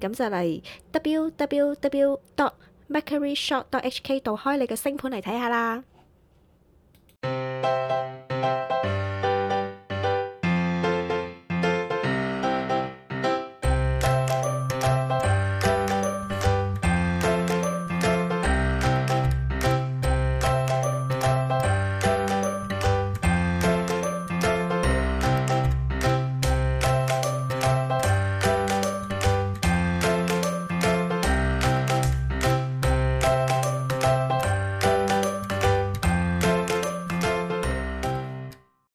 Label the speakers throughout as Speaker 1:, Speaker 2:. Speaker 1: 咁就嚟 www.mercuryshop.hk 度開你嘅星盤嚟睇下啦。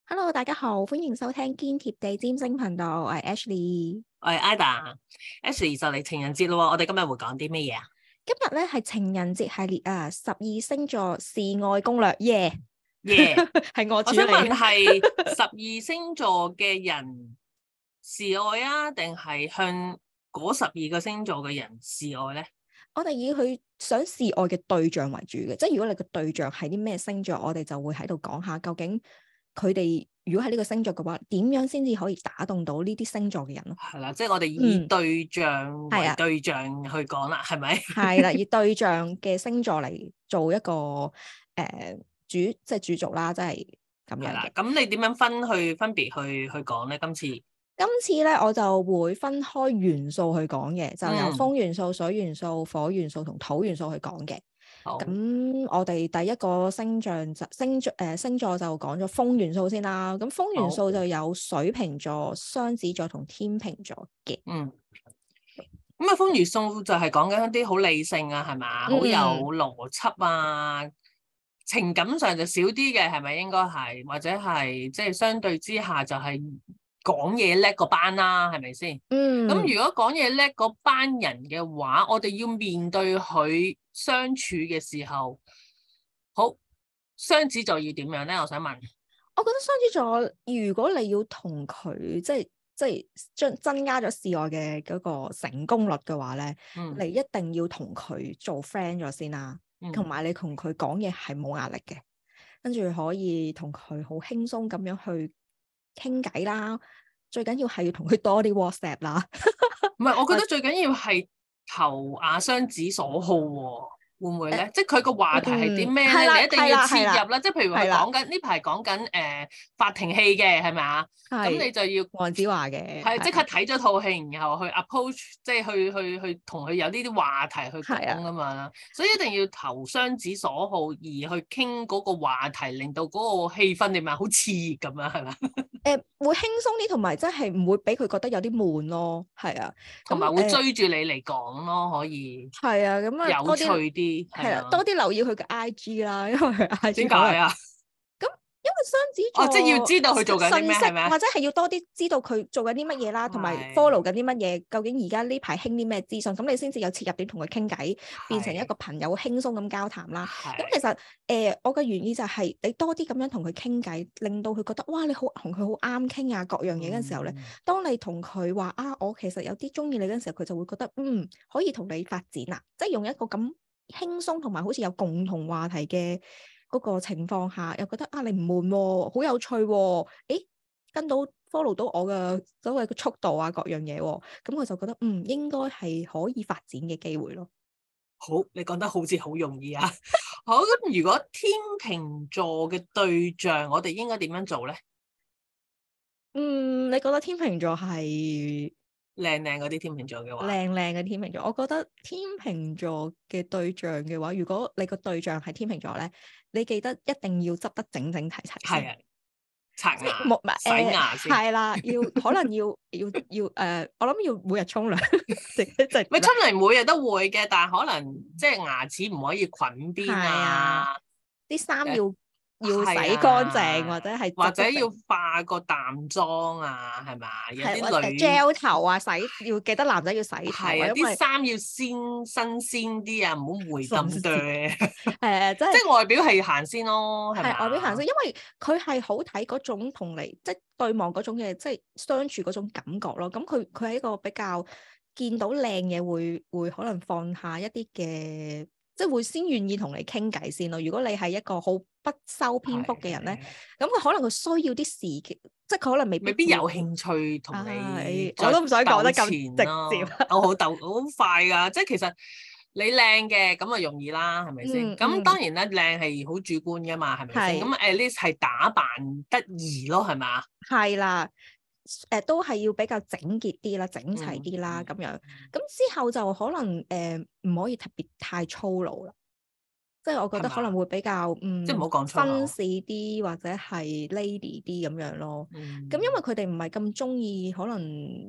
Speaker 1: Hello，大家好，歡迎收聽堅貼地占星頻道，我係 Ashley。
Speaker 2: 我係 Ida，Ashley 就嚟情人節咯喎，我哋今日會講啲咩嘢啊？
Speaker 1: 今日咧係情人節系列啊，十二星座示愛攻略， 耶、
Speaker 2: 耶！
Speaker 1: 係我主
Speaker 2: 我
Speaker 1: 理
Speaker 2: 想問係十二星座嘅人示愛啊，定係向嗰十二個星座嘅人示愛咧？
Speaker 1: 我哋以佢想示愛嘅對象為主嘅，即係如果你個對象係啲咩星座，我哋就會喺度講下究竟佢哋如果係呢個星座嘅話，點樣先至可以打動到呢啲星座嘅人 咯？
Speaker 2: 係啦，即係我哋
Speaker 1: 嗯
Speaker 2: 以對象
Speaker 1: 係
Speaker 2: 為
Speaker 1: 啊
Speaker 2: 對象去講啦，係咪？
Speaker 1: 係啦，以對象嘅星座嚟做一個誒、呃主，即係主軸啦，即係咁
Speaker 2: 係
Speaker 1: 樣
Speaker 2: 啦
Speaker 1: 嘅。，
Speaker 2: 咁你點樣分去分別去去講咧？今次
Speaker 1: 今次咧，我就會分開元素去講嘅，就有
Speaker 2: 嗯
Speaker 1: 風元素、水元素、火元素同土元素去講嘅。
Speaker 2: 好
Speaker 1: 咁我哋第一個星象就星座誒、呃星座就講咗風元素先啦。咁風元
Speaker 2: 好
Speaker 1: 素就有水瓶座、雙子座同天秤座嘅。
Speaker 2: 嗯，咁啊，風如素就係講緊一啲好理性啊，係嘛，好有
Speaker 1: 嗯
Speaker 2: 邏輯啊，情感上就少啲嘅，係咪應該係，或者係即係相對之下就係講嘢叻嗰班啦，係咪先？
Speaker 1: 嗯
Speaker 2: 咁如果講嘢叻嗰班人嘅話，我哋要面對佢相處嘅時候，好雙子座要點樣咧？我想問，
Speaker 1: 我覺得雙子座，如果你要同佢即係即係將增加咗示愛嘅嗰個成功率嘅話咧，
Speaker 2: 嗯，
Speaker 1: 你一定要同佢做 friend 咗先啦，
Speaker 2: 嗯
Speaker 1: 同埋你同佢講嘢係冇壓力嘅，跟住可以同佢好輕鬆咁樣去傾偈啦。最緊要係要同佢多啲 WhatsApp 啦。
Speaker 2: 唔係，我覺得最緊要係投阿雙子所好喎、會唔會咧？即係佢個話題係啲咩
Speaker 1: 嗯係啦
Speaker 2: 咧？你一定
Speaker 1: 係啦
Speaker 2: 要
Speaker 1: 係
Speaker 2: 切
Speaker 1: 啦
Speaker 2: 入啦。即係譬如
Speaker 1: 係
Speaker 2: 佢
Speaker 1: 啦
Speaker 2: 講緊呢排講緊誒法庭戲嘅係咪啊？咁你
Speaker 1: 係
Speaker 2: 就要
Speaker 1: 黃子華嘅，啊
Speaker 2: 係即刻睇咗套戲，然後去 approach，即係去去去同佢有呢啲話題去
Speaker 1: 係啊
Speaker 2: 講噶嘛。所以一定要投雙子所好，而去傾嗰個話題，令到嗰個氣氛點啊，好熾熱咁樣係咪？
Speaker 1: 誒會輕鬆啲，同埋真係唔會俾佢覺得有啲悶咯。係啊，
Speaker 2: 同埋會
Speaker 1: 誒
Speaker 2: 追住你嚟講咯，可以
Speaker 1: 係啊，咁啊
Speaker 2: 有
Speaker 1: 多
Speaker 2: 趣
Speaker 1: 啲
Speaker 2: 啲
Speaker 1: 係
Speaker 2: 係
Speaker 1: 啦，
Speaker 2: 啊。
Speaker 1: 多啲留意佢嘅 I G 啦，因為 佢 I G
Speaker 2: 點解啊？
Speaker 1: 因為雙子座
Speaker 2: 哦即係要知道佢做緊啲咩
Speaker 1: 信息
Speaker 2: 係咪啊
Speaker 1: 或者係要多啲知道佢做緊啲乜嘢啦，同埋
Speaker 2: 係
Speaker 1: follow 緊啲乜嘢，究竟而家呢排興啲咩資訊，咁你先至有切入點同佢傾偈， 變成一個朋友輕鬆咁交談啦。
Speaker 2: 係。
Speaker 1: 咁其實誒、呃我嘅原意就係、你多啲咁樣同佢傾偈，令到佢覺得哇，你好同佢好啱傾啊，各樣嘢嘅時候咧，
Speaker 2: 嗯，
Speaker 1: 當你同佢話啊，我其實有啲中意你嗰陣時候，佢就會覺得嗯可以同你發展啦，即係用一個咁輕鬆同埋好似有共同話題嘅嗰個情況下，又覺得啊你唔悶喎，好有趣喎、誒跟到 follow 到我嘅所謂嘅速度啊各樣嘢喎、咁佢就覺得嗯應該係可以發展嘅機會咯。
Speaker 2: 好，你講得好似好容 易啊。好，咁如果天秤座嘅對象，我哋應該點樣做咧？
Speaker 1: 嗯，你覺得天秤座係
Speaker 2: 靚靚嗰啲天秤座嘅話，
Speaker 1: 靚靚嘅天秤座，我覺得天秤座嘅對象嘅話，如果你個對象係天秤座咧，你記得一定要執得整整齊齊先。
Speaker 2: 係啊，刷
Speaker 1: 即係
Speaker 2: 牙、
Speaker 1: 冇唔係
Speaker 2: 洗
Speaker 1: 誒
Speaker 2: 牙先。
Speaker 1: 係啦，要可能要要要誒、我諗要每日沖涼， 即係
Speaker 2: 咪出嚟每日都會嘅，但係可能即係牙齒唔可以捆邊
Speaker 1: 係
Speaker 2: 啊
Speaker 1: 啊，啲衫
Speaker 2: 誒
Speaker 1: 要要
Speaker 2: 係
Speaker 1: 洗
Speaker 2: 啊
Speaker 1: 乾淨，或者係
Speaker 2: 或者
Speaker 1: 執得
Speaker 2: 要化個淡妝啊，係嘛？有
Speaker 1: 係
Speaker 2: 啲
Speaker 1: 或者
Speaker 2: 女
Speaker 1: gel 頭啊，洗要記得男仔要洗頭
Speaker 2: 係啊，
Speaker 1: 因為
Speaker 2: 啲衫要鮮新鮮啲啊，唔好回
Speaker 1: 新
Speaker 2: 咁對，
Speaker 1: 誒即係
Speaker 2: 即係外表係行先咯，係
Speaker 1: 係
Speaker 2: 咪？
Speaker 1: 外表行先，因為佢係好睇嗰種同你即係對望嗰種嘅，即係相處嗰種感覺咯。咁佢佢係一個比較見到靚嘢會會可能放下一啲嘅，即係會先願意同你傾偈先咯。如果你係一個好不修邊幅嘅人咧，
Speaker 2: 係，
Speaker 1: 咁佢可能佢需要啲時期，即係佢可能未必
Speaker 2: 未必有
Speaker 1: 會
Speaker 2: 興趣同你
Speaker 1: 啊唉我都唔想講得咁
Speaker 2: 再鬥
Speaker 1: 直接
Speaker 2: 纏
Speaker 1: 啊
Speaker 2: 咯哦我好鬥，我好快㗎，即係其實。你靚嘅咁啊容易啦，係咪先？
Speaker 1: 嗯
Speaker 2: 咁、
Speaker 1: 嗯
Speaker 2: 當然啦，靚係好主觀㗎嘛，係咪先？
Speaker 1: 係
Speaker 2: 咁啊 at least 係打扮得宜咯，係啊嘛？
Speaker 1: 係啦，誒、都係要比較整潔啲啦，整齊啲啦
Speaker 2: 嗯
Speaker 1: 咁樣。咁之後就可能誒唔、可以特別太粗魯啦，即係我覺
Speaker 2: 係
Speaker 1: 得
Speaker 2: 嘛
Speaker 1: 可能會比較嗯，
Speaker 2: 即係唔好講粗
Speaker 1: 紳
Speaker 2: 口。
Speaker 1: 士啲或者係 lady 啲咁樣咯。
Speaker 2: 嗯
Speaker 1: 咁因為佢哋唔係咁中意可能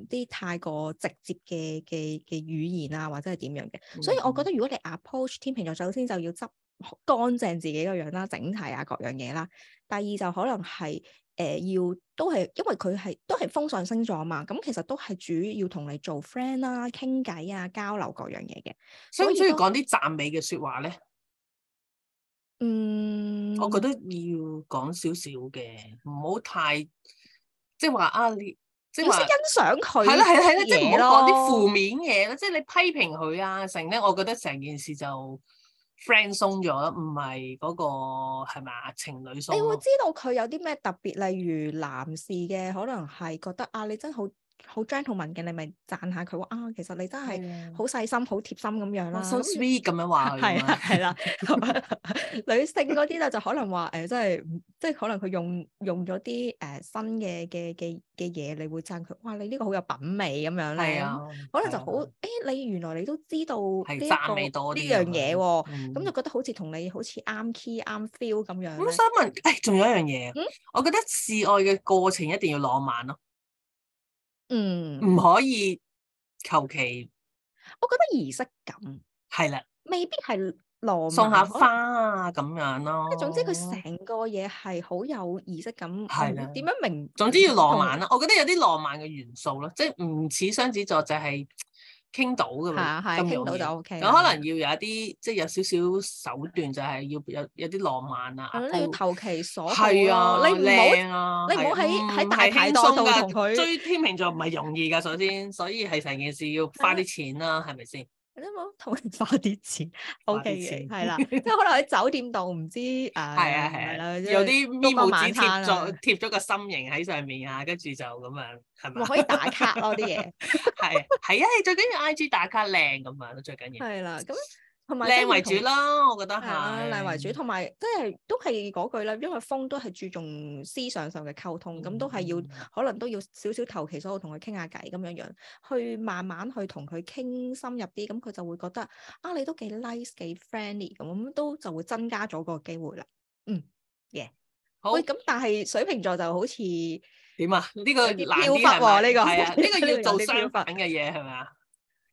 Speaker 1: 啲太過直接嘅嘅嘅語言啊，或者係點樣嘅，
Speaker 2: 嗯
Speaker 1: 所以我覺得如果你 approach 天秤座，首先就要執好乾淨自己個樣啦、整體啊各樣嘢啦。第二就可能係誒、呃要都係因為佢係都係風上星座嘛，咁其實都係主要同你做 friend 啦、傾偈啊、交流各樣嘢嘅。
Speaker 2: 需唔
Speaker 1: 所以
Speaker 2: 需要
Speaker 1: 都
Speaker 2: 講啲讚美嘅説話咧？
Speaker 1: 嗯，
Speaker 2: 我覺得要講少少嘅，唔好太即係話啊，你即係
Speaker 1: 要識
Speaker 2: 話
Speaker 1: 欣賞佢
Speaker 2: 係啦係啦係啦，
Speaker 1: 啲
Speaker 2: 即係
Speaker 1: 嘢
Speaker 2: 唔好講啲
Speaker 1: 咯
Speaker 2: 負面嘢啦，即係你批評佢啊成咧，我覺得成件事就 friend 鬆咗啦，唔係嗰個係嘛情侶鬆
Speaker 1: 你會
Speaker 2: 咯。
Speaker 1: 知道佢有啲咩特別，例如男士嘅可能係覺得啊，你真係好好 gentleman 嘅，你咪讚下佢話啊，其實你真係
Speaker 2: 係
Speaker 1: 好細心、好貼心咁樣啦。
Speaker 2: 啊，so
Speaker 1: 咁
Speaker 2: sweet 咁樣話佢
Speaker 1: 係
Speaker 2: 啊嘛
Speaker 1: 啦，係啦。 女性嗰啲咧就可能話誒，即係唔即係可能佢用用咗啲誒新嘅嘅嘅嘅嘢，你會讚佢哇，你呢個好有品味咁樣
Speaker 2: 係
Speaker 1: 咧。
Speaker 2: 啊，
Speaker 1: 可能就
Speaker 2: 係啊
Speaker 1: 好誒，你原來你都知道呢
Speaker 2: 係
Speaker 1: 一
Speaker 2: 讚
Speaker 1: 個
Speaker 2: 美多
Speaker 1: 呢
Speaker 2: 啲
Speaker 1: 樣嘢喎，
Speaker 2: 嗯
Speaker 1: 咁就覺得好似同你好似啱 key 啱 feel 咁樣
Speaker 2: 咁
Speaker 1: 咧。
Speaker 2: 想問，誒，仲有一樣嘢，
Speaker 1: 嗯
Speaker 2: 我覺得示愛嘅過程一定要浪漫咯，
Speaker 1: 嗯。
Speaker 2: 唔可以求其
Speaker 1: 我覺得儀式感
Speaker 2: 係啦，
Speaker 1: 未必係浪漫，
Speaker 2: 送下
Speaker 1: 可能
Speaker 2: 花啊咁樣咯。
Speaker 1: 即係總之佢成個嘢係好有儀式感，我
Speaker 2: 係
Speaker 1: 唔
Speaker 2: 啦
Speaker 1: 點樣明？
Speaker 2: 總之要浪漫
Speaker 1: 啦，
Speaker 2: 啦，我覺得有啲浪漫嘅元素咯，即係唔似雙子座就係傾到㗎
Speaker 1: 係
Speaker 2: 嘛，
Speaker 1: 啊係啊
Speaker 2: 咁
Speaker 1: 傾
Speaker 2: 容
Speaker 1: 到
Speaker 2: 易
Speaker 1: 就 O K。
Speaker 2: 咁可能要有一啲即係有少少手段，就係要有有啲浪漫啊，
Speaker 1: 係咯，你要投其所好
Speaker 2: 係啊，
Speaker 1: 咯你唔好
Speaker 2: 靚啊，
Speaker 1: 你唔好喺
Speaker 2: 係啊
Speaker 1: 喺
Speaker 2: 唔
Speaker 1: 大
Speaker 2: 係
Speaker 1: 排
Speaker 2: 輕
Speaker 1: 檔
Speaker 2: 鬆
Speaker 1: 度
Speaker 2: 㗎
Speaker 1: 同佢
Speaker 2: 追天秤座唔係容易㗎，首先，所以係成件事要花啲錢啦，係咪先？
Speaker 1: 你冇同人花啲錢 O
Speaker 2: 花
Speaker 1: K
Speaker 2: 啲
Speaker 1: 嘅，
Speaker 2: 錢
Speaker 1: 係啦，即係可能喺酒店度唔知誒係
Speaker 2: 係啊係啊，
Speaker 1: 啦，
Speaker 2: 有啲咪
Speaker 1: 個
Speaker 2: 帽
Speaker 1: 晚
Speaker 2: 紙貼
Speaker 1: 餐啊
Speaker 2: 咗貼咗個心形喺上面啊，跟住就咁樣係咪
Speaker 1: 咪？可以打卡咯 啲嘢，
Speaker 2: 係啊係啊，最緊要 I G 打卡靚咁樣咯，最緊要
Speaker 1: 係啦，咁同埋
Speaker 2: 靚為主
Speaker 1: 啦。
Speaker 2: 啦，我覺得
Speaker 1: 係啊，
Speaker 2: 係
Speaker 1: 例為主，同埋即係都係嗰句啦，因為風都係注重思想上嘅溝通，咁、都係要
Speaker 2: 嗯
Speaker 1: 可能都要少少投其所好同佢傾下偈咁樣樣，去慢慢去同佢傾深入啲，咁佢就會覺得啊，你都幾 nice 幾 friendly 咁，咁都就會增加咗個機會啦。嗯，yeah，
Speaker 2: 好
Speaker 1: 喂，咁但係水瓶座就好似
Speaker 2: 點啊？呢個難
Speaker 1: 有
Speaker 2: 啲
Speaker 1: 啲飄
Speaker 2: 係
Speaker 1: 忽
Speaker 2: 咪
Speaker 1: 喎呢個
Speaker 2: 係 啊，呢個
Speaker 1: 呢個有
Speaker 2: 要做
Speaker 1: 啲
Speaker 2: 相
Speaker 1: 飄忽
Speaker 2: 反嘅嘢係咪啊？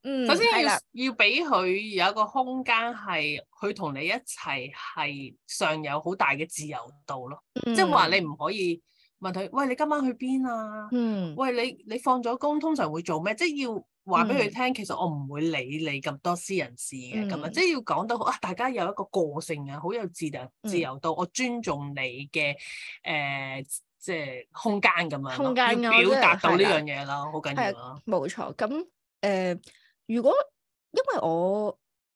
Speaker 1: 嗯
Speaker 2: 首先
Speaker 1: 係
Speaker 2: 要
Speaker 1: 啦，
Speaker 2: 要俾佢有一個空間，係佢同你一齊係尚有好大嘅自由度咯。即係話
Speaker 1: 嗯
Speaker 2: 你唔可以問佢，喂，你今晚去邊啊？
Speaker 1: 嗯
Speaker 2: 喂，你你放咗工通常會做咩？即係要話俾
Speaker 1: 嗯
Speaker 2: 佢聽，其實我唔會理你咁多私人事嘅咁啊，
Speaker 1: 嗯
Speaker 2: 即係要講到啊，大家有一個個性啊，好有自由自
Speaker 1: 嗯
Speaker 2: 由度，我尊重你嘅誒、呃即係空間咁樣咯，
Speaker 1: 空間
Speaker 2: 要
Speaker 1: 啊
Speaker 2: 表
Speaker 1: 即係
Speaker 2: 達到呢
Speaker 1: 係啦
Speaker 2: 樣嘢咯，好緊要
Speaker 1: 係
Speaker 2: 咯。
Speaker 1: 冇錯，咁誒、呃如果因為我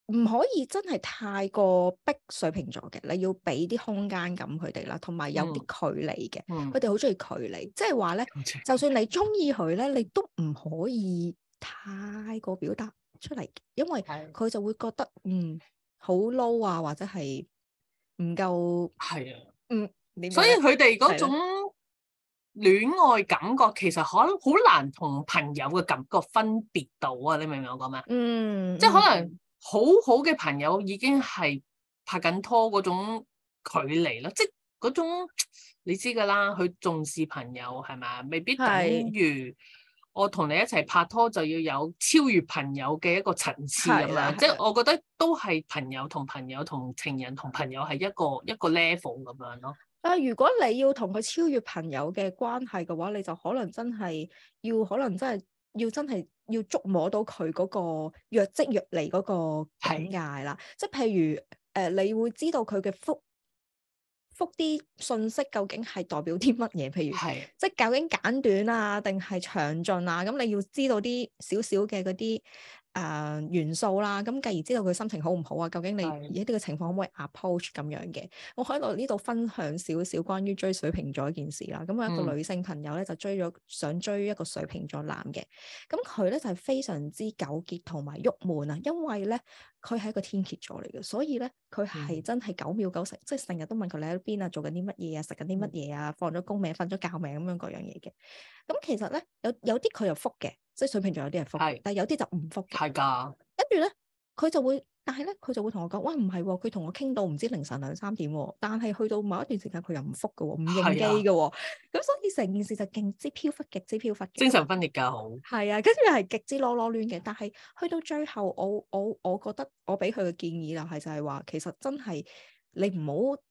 Speaker 1: 唔可以真係太過逼水瓶座嘅，你要俾啲空間感佢哋啦，同埋有啲距離嘅，
Speaker 2: 嗯
Speaker 1: 佢，哋好中意距離，即係話咧， 就算你中意佢咧，你都唔可以太過表達出嚟，因為
Speaker 2: 係
Speaker 1: 佢就會覺得嗯好 low 啊，或者係唔夠
Speaker 2: 係啊。
Speaker 1: 點
Speaker 2: 所以
Speaker 1: 講呢
Speaker 2: 佢哋
Speaker 1: 係啦
Speaker 2: 嗰種戀愛感覺，其實可能好難同朋友嘅感覺分別到啊！你明唔明我講咩？
Speaker 1: 嗯，
Speaker 2: 即係可
Speaker 1: 嗯
Speaker 2: 能好好嘅朋友已經係拍緊拖嗰種距離啦，即係嗰種你知㗎啦，佢重視朋友係咪？啊未必等
Speaker 1: 係
Speaker 2: 於我同你一齊拍拖就要有超越朋友嘅一個層次咁
Speaker 1: 係啦
Speaker 2: 樣，即
Speaker 1: 係
Speaker 2: 係
Speaker 1: 啦
Speaker 2: 我覺得都係朋友同朋友同情人同朋友係一個一個 level 咁樣咯。
Speaker 1: 啊，如果你要同佢超越朋友嘅關係嘅話，你就可能真係要，可能真係要真係要觸摸到佢嗰個若即若離嗰個
Speaker 2: 係
Speaker 1: 境界啦。即係譬如誒、呃你會知道佢嘅覆覆啲信息究竟係代表啲乜嘢？譬如
Speaker 2: 係
Speaker 1: 即係究竟簡短啊，定係詳盡啊？咁你要知道啲少少嘅嗰啲誒元素啦，咁繼而知道佢心情好唔好啊？究竟你
Speaker 2: 係
Speaker 1: 而家呢個情況可唔可以 approach 咁樣嘅？我喺度呢度分享少少關於追水瓶座一件事啦。咁我有一個
Speaker 2: 嗯
Speaker 1: 女性朋友咧，就追咗想追一個水瓶座男嘅，咁佢咧就係、非常之糾結同埋鬱悶啊，因為咧佢係一個天蝎座嚟嘅，所以咧佢係
Speaker 2: 嗯
Speaker 1: 真係九秒九成，即係成日都問佢你喺邊啊，做緊啲乜嘢啊，食緊啲
Speaker 2: 嗯
Speaker 1: 乜嘢啊，放咗工未，瞓咗覺未咁樣嗰樣嘢嘅。咁其實咧有有啲佢又覆嘅，即係水瓶座有啲人覆嘅
Speaker 2: 係，
Speaker 1: 但係有啲就唔覆嘅。
Speaker 2: 係㗎，
Speaker 1: 跟住咧，佢就會，但係咧，佢就會同我講，喂，唔係喎，佢同我傾到唔知凌晨兩三點喎，但係去到某一段時間佢又唔覆嘅喎，唔
Speaker 2: 係
Speaker 1: 應
Speaker 2: 啊
Speaker 1: 機嘅喎，咁所以成件事就勁之飄忽，極之飄忽嘅
Speaker 2: 精。神分裂㗎好。
Speaker 1: 係啊，跟住係極之囉囉攣嘅，但係去到最後，我我我覺得我俾佢嘅建議就係就係話，其實真係你唔好，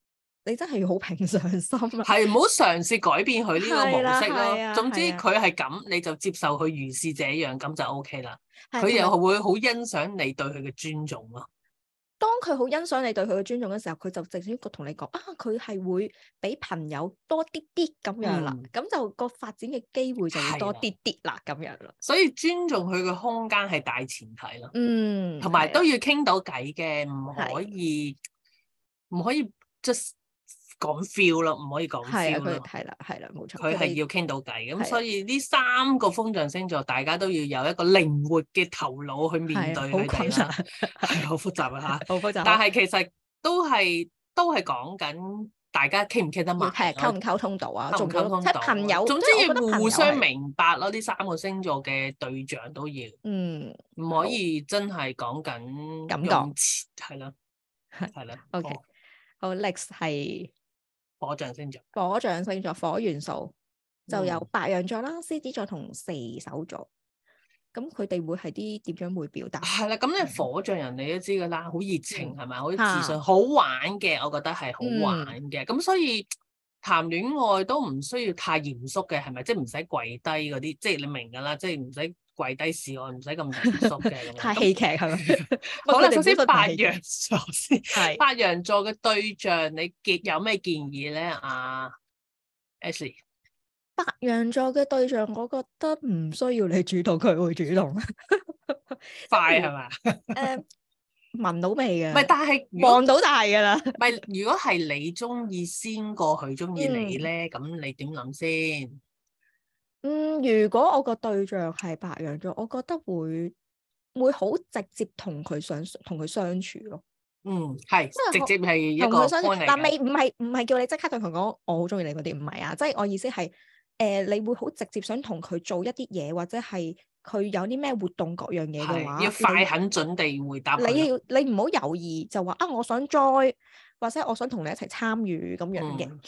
Speaker 1: 你真係要好平常心 啊。
Speaker 2: 係唔好嘗試改變佢呢個
Speaker 1: 係啦
Speaker 2: 模式
Speaker 1: 係啊
Speaker 2: 咯。總之
Speaker 1: 係啊
Speaker 2: 佢係咁，你就接受佢如是這樣，咁就 O K 啦。
Speaker 1: 係
Speaker 2: 佢
Speaker 1: 同埋
Speaker 2: 又會好欣賞你對佢嘅尊重咯。
Speaker 1: 當佢好欣賞你對佢嘅尊重嘅時候，佢就直接同你講啊，佢係會比朋友多啲啲咁樣啦
Speaker 2: 嗯，
Speaker 1: 咁、就個發展嘅機會就會
Speaker 2: 係
Speaker 1: 多
Speaker 2: 啦
Speaker 1: 啲啲啦，咁樣啦。
Speaker 2: 所以尊重佢嘅空間係大前提咯，
Speaker 1: 嗯，
Speaker 2: 同埋
Speaker 1: 係
Speaker 2: 都
Speaker 1: 啦
Speaker 2: 要傾到偈嘅，唔可以唔可以 just 講 feel 咯，唔可以講
Speaker 1: 係
Speaker 2: feel
Speaker 1: 啊，佢
Speaker 2: 咯。
Speaker 1: 係啦，係啦，冇錯。
Speaker 2: 佢係
Speaker 1: 哋
Speaker 2: 要傾到偈，
Speaker 1: 係啊
Speaker 2: 咁所以呢三個風象星座，大家都要有一個靈活嘅頭腦去面
Speaker 1: 係
Speaker 2: 對
Speaker 1: 啊
Speaker 2: 佢
Speaker 1: 好困
Speaker 2: 哋
Speaker 1: 難
Speaker 2: 啦，， 係好複 雜啊嚇。
Speaker 1: 好複雜。
Speaker 2: 但係其實都係都係講緊大家傾唔傾得埋
Speaker 1: 要
Speaker 2: 咯，
Speaker 1: 睇溝唔溝通到啊，
Speaker 2: 溝
Speaker 1: 做
Speaker 2: 唔
Speaker 1: 唔做
Speaker 2: 溝通
Speaker 1: 到即
Speaker 2: 到
Speaker 1: 係朋友，
Speaker 2: 總之
Speaker 1: 即係我覺得
Speaker 2: 要
Speaker 1: 朋
Speaker 2: 互
Speaker 1: 友
Speaker 2: 相
Speaker 1: 係，
Speaker 2: 明白咯，呢三個星座嘅對象都要，
Speaker 1: 嗯。
Speaker 2: 唔
Speaker 1: 好
Speaker 2: 可以真係講緊
Speaker 1: 感
Speaker 2: 用詞，係啦，
Speaker 1: 係
Speaker 2: 係啦
Speaker 1: OK
Speaker 2: 火
Speaker 1: 好，next 係
Speaker 2: 火象星座，
Speaker 1: 火象星座火元素，就有
Speaker 2: 嗯
Speaker 1: 白羊座啦、獅子座同射手座。咁佢哋會係啲點樣會表達？
Speaker 2: 係啦，咁咧
Speaker 1: 嗯
Speaker 2: 火象人你都知㗎啦，好熱情係咪？好
Speaker 1: 嚇
Speaker 2: 自信，好玩嘅，我覺得係
Speaker 1: 嗯
Speaker 2: 好玩嘅，咁所以。談戀愛都唔需要太嚴肅嘅，係咪？即係唔使跪低嗰啲，即係你明㗎啦，即係唔使跪低示愛，唔使咁嚴肅嘅咁樣。
Speaker 1: 太
Speaker 2: 咁
Speaker 1: 戲劇係咪？
Speaker 2: 好啦，首先白
Speaker 1: 白
Speaker 2: 羊座先，
Speaker 1: 係
Speaker 2: 白羊座嘅對象你建有咩建議咧？啊 Ashley，
Speaker 1: 白羊座嘅對象，我覺得唔需要你主動，佢會主動。嗯
Speaker 2: 快係嘛？唔
Speaker 1: 誒，聞到味嘅，
Speaker 2: 係，但係如果
Speaker 1: 望到大㗎啦。
Speaker 2: 唔係，如果係你中意先過佢中意你咧，咁你點諗先？
Speaker 1: 嗯，如果我個對象係白羊座，我覺得會會好直接同佢相同佢相處咯，
Speaker 2: 嗯，係
Speaker 1: 係
Speaker 2: 直接係一
Speaker 1: 同
Speaker 2: 個
Speaker 1: 佢相處
Speaker 2: point 嚟
Speaker 1: 嗱，
Speaker 2: 嘅
Speaker 1: 未唔係唔係叫你即刻同佢講我好中意你嗰啲，唔係啊，即係我意思係誒、呃你會好直接想同佢做一啲嘢，或者係佢有啲咩活動各樣嘢嘅話，
Speaker 2: 係要快狠準地回答
Speaker 1: 你你
Speaker 2: 佢。
Speaker 1: 要你唔好猶豫就話啊，我想 join 或者我想同你一齊參與咁樣嘅。
Speaker 2: 嗯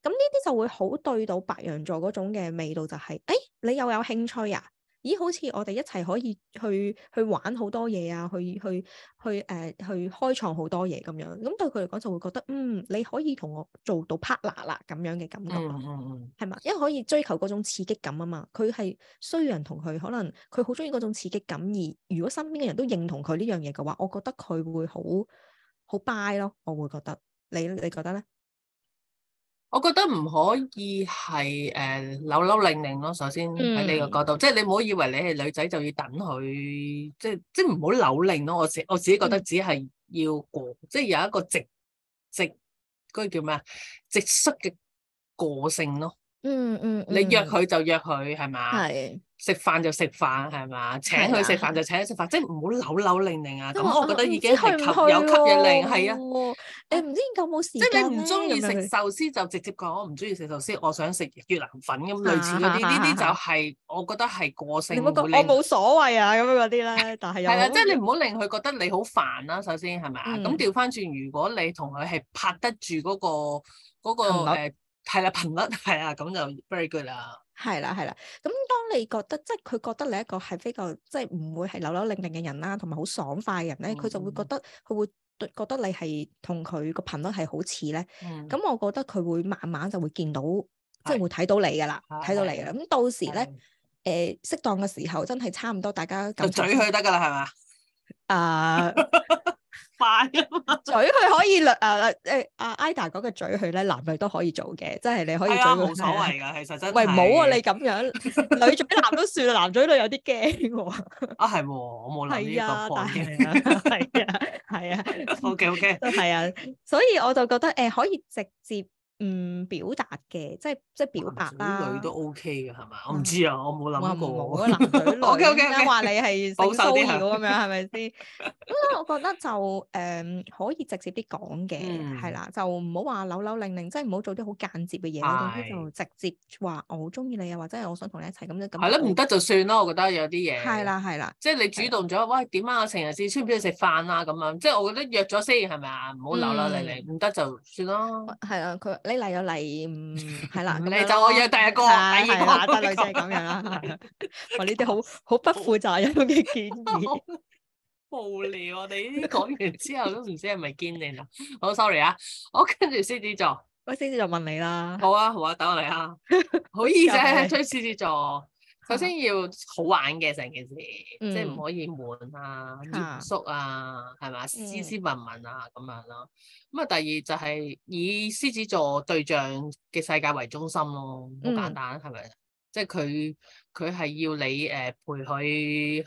Speaker 1: 咁呢啲就會好對到白羊座嗰種嘅味道，就係、誒、你又有興趣啊？咦，好似我哋一齊可以去去玩好多嘢啊，去去去誒、呃去開創好多嘢咁樣。咁對佢嚟講就會覺得，嗯，你可以同我做到 partner 啦咁樣嘅感覺
Speaker 2: 嗯
Speaker 1: 咯，
Speaker 2: 嗯嗯，
Speaker 1: 係嘛、因為可以追求嗰種刺激感啊嘛。佢係需要人同佢，可能佢好中意嗰種刺激感，而如果身邊嘅人都認同佢呢樣嘢嘅話，我覺得佢會好好 buy 咯，我會覺得。你你覺得咧？
Speaker 2: 我覺得唔可以係誒扭扭擰擰咯。首先
Speaker 1: 嗯
Speaker 2: 喺你個角度，即係你唔好以為你係女仔就要等佢，即係即係唔好扭擰咯。我自我自己覺得
Speaker 1: 嗯
Speaker 2: 只係要過，即係有一個直直嗰個叫咩啊？直率嘅個性咯。
Speaker 1: 嗯嗯，
Speaker 2: 你約佢啊就約佢係嘛？
Speaker 1: 係。
Speaker 2: 食飯就食飯係嘛？請
Speaker 1: 係啊
Speaker 2: 佢食飯就請佢食飯，即係唔好扭扭擰擰啊！
Speaker 1: 即係話
Speaker 2: 咁我覺
Speaker 1: 啊
Speaker 2: 得已經
Speaker 1: 唔知去
Speaker 2: 係
Speaker 1: 唔
Speaker 2: 吸
Speaker 1: 去
Speaker 2: 有吸引力，係啊。
Speaker 1: 喎。誒唔知夠冇時
Speaker 2: 即
Speaker 1: 間
Speaker 2: 係你唔中意
Speaker 1: 咧
Speaker 2: 食
Speaker 1: 咁樣佢
Speaker 2: 壽司就直接講我唔中意食壽司，我想食越南粉咁類似嗰啲，
Speaker 1: 啊啊啊
Speaker 2: 呢啲就
Speaker 1: 啊
Speaker 2: 係我覺得係個
Speaker 1: 你
Speaker 2: 性
Speaker 1: 唔好講
Speaker 2: 會
Speaker 1: 我
Speaker 2: 令
Speaker 1: 冇所謂啊咁樣嗰啲咧，但係又
Speaker 2: 係啦，
Speaker 1: 好
Speaker 2: 即係你唔好令佢覺得你好煩啦。首先係咪啊？
Speaker 1: 嗯
Speaker 2: 咁調翻轉，如果你同佢係拍得住嗰個嗰個誒
Speaker 1: 頻
Speaker 2: 係啦頻率係啊，咁就 very good 啦。
Speaker 1: 係啦係啦。咁當你覺得即係佢覺得你一個係比較即係唔會係扭扭擰擰嘅人啦，同埋好爽快嘅人咧，佢就會覺
Speaker 2: 嗯
Speaker 1: 得佢會對覺得你係同佢個頻率係好似咧，
Speaker 2: 嗯
Speaker 1: 咁我覺得佢會慢慢就會見到，即係
Speaker 2: 係
Speaker 1: 會睇到你噶啦，
Speaker 2: 係
Speaker 1: 睇到你㗎啦。咁到時咧，
Speaker 2: 係
Speaker 1: 誒適當嘅時候真係差唔多，大家
Speaker 2: 就
Speaker 1: 感
Speaker 2: 嘴
Speaker 1: 情
Speaker 2: 佢得噶啦，係嘛？
Speaker 1: 啊。
Speaker 2: 快啊嘛，
Speaker 1: 嘴佢可以略啊誒阿 Ida 嗰個嘴佢咧，男女都可以做嘅，即係你可以
Speaker 2: 係
Speaker 1: 嘴
Speaker 2: 啊，
Speaker 1: 佢
Speaker 2: 冇所。謂㗎，其實真
Speaker 1: 喂，唔好啊！
Speaker 2: 係
Speaker 1: 你咁樣女嘴男都算啦，男嘴女有啲驚喎。
Speaker 2: 啊係喎，我冇諗
Speaker 1: 係
Speaker 2: 呢
Speaker 1: 啊，
Speaker 2: 個
Speaker 1: 但
Speaker 2: point
Speaker 1: 係啊， 係啊，係啊，
Speaker 2: O K O K，
Speaker 1: 都係啊。所以我就覺得誒、可以直接嗯表達嘅，即係即係表白啦。
Speaker 2: 女都 O K 嘅係嘛？我唔知啊，我冇
Speaker 1: 啊嗯哇
Speaker 2: 諗
Speaker 1: 冇
Speaker 2: 過。
Speaker 1: 啊，男嘴女
Speaker 2: OK，OK，OK
Speaker 1: 咁樣話你係性
Speaker 2: 保守
Speaker 1: 騷
Speaker 2: 啲
Speaker 1: 擾
Speaker 2: 嚇
Speaker 1: 咁樣係咪 先？咁我覺得就誒、可以直接啲講嘅，
Speaker 2: 嗯
Speaker 1: 係啦，就唔好話扭扭擰擰，即係唔好做啲好間接嘅嘢，總之就直接話我好中意你啊，或者係我想同你一齊咁樣咁。
Speaker 2: 係咯，唔得就算啦，我覺得有啲嘢。
Speaker 1: 係。啦，係 啦，
Speaker 2: 即係你主動咗，喂點啊？情人節出唔出去食飯啊？咁樣，即係我覺得約咗先係咪啊？唔好扭啦，
Speaker 1: 嗯
Speaker 2: 你嚟唔得就算啦。
Speaker 1: 係啦，佢你嚟就嚟，嗯，係 啦，
Speaker 2: 唔
Speaker 1: 咁
Speaker 2: 嚟
Speaker 1: 樣
Speaker 2: 就
Speaker 1: 咯
Speaker 2: 我約第二個
Speaker 1: 係啦
Speaker 2: 第二
Speaker 1: 係啦
Speaker 2: 個
Speaker 1: 得女仔係咁樣 啦。係啦哇，呢啲好好不負責任嘅 建議。
Speaker 2: 無聊，我哋呢啲講完之後都唔知係咪堅定啦。好 sorry 啊，我跟住獅子座，
Speaker 1: 我先至就問你啦，
Speaker 2: 好啊好啊，等我嚟 啊，好易
Speaker 1: 又係
Speaker 2: 啫，追獅子座。首先要好玩嘅成件事，即係
Speaker 1: 嗯
Speaker 2: 唔可以悶啊、
Speaker 1: 嚇
Speaker 2: 嚴肅啊，係嘛？斯
Speaker 1: 嗯
Speaker 2: 斯文文啊咁樣咯。咁啊，第二就係以獅子座對象嘅世界為中心咯，好簡
Speaker 1: 嗯
Speaker 2: 單係咪？即係佢佢係要你誒、呃陪佢去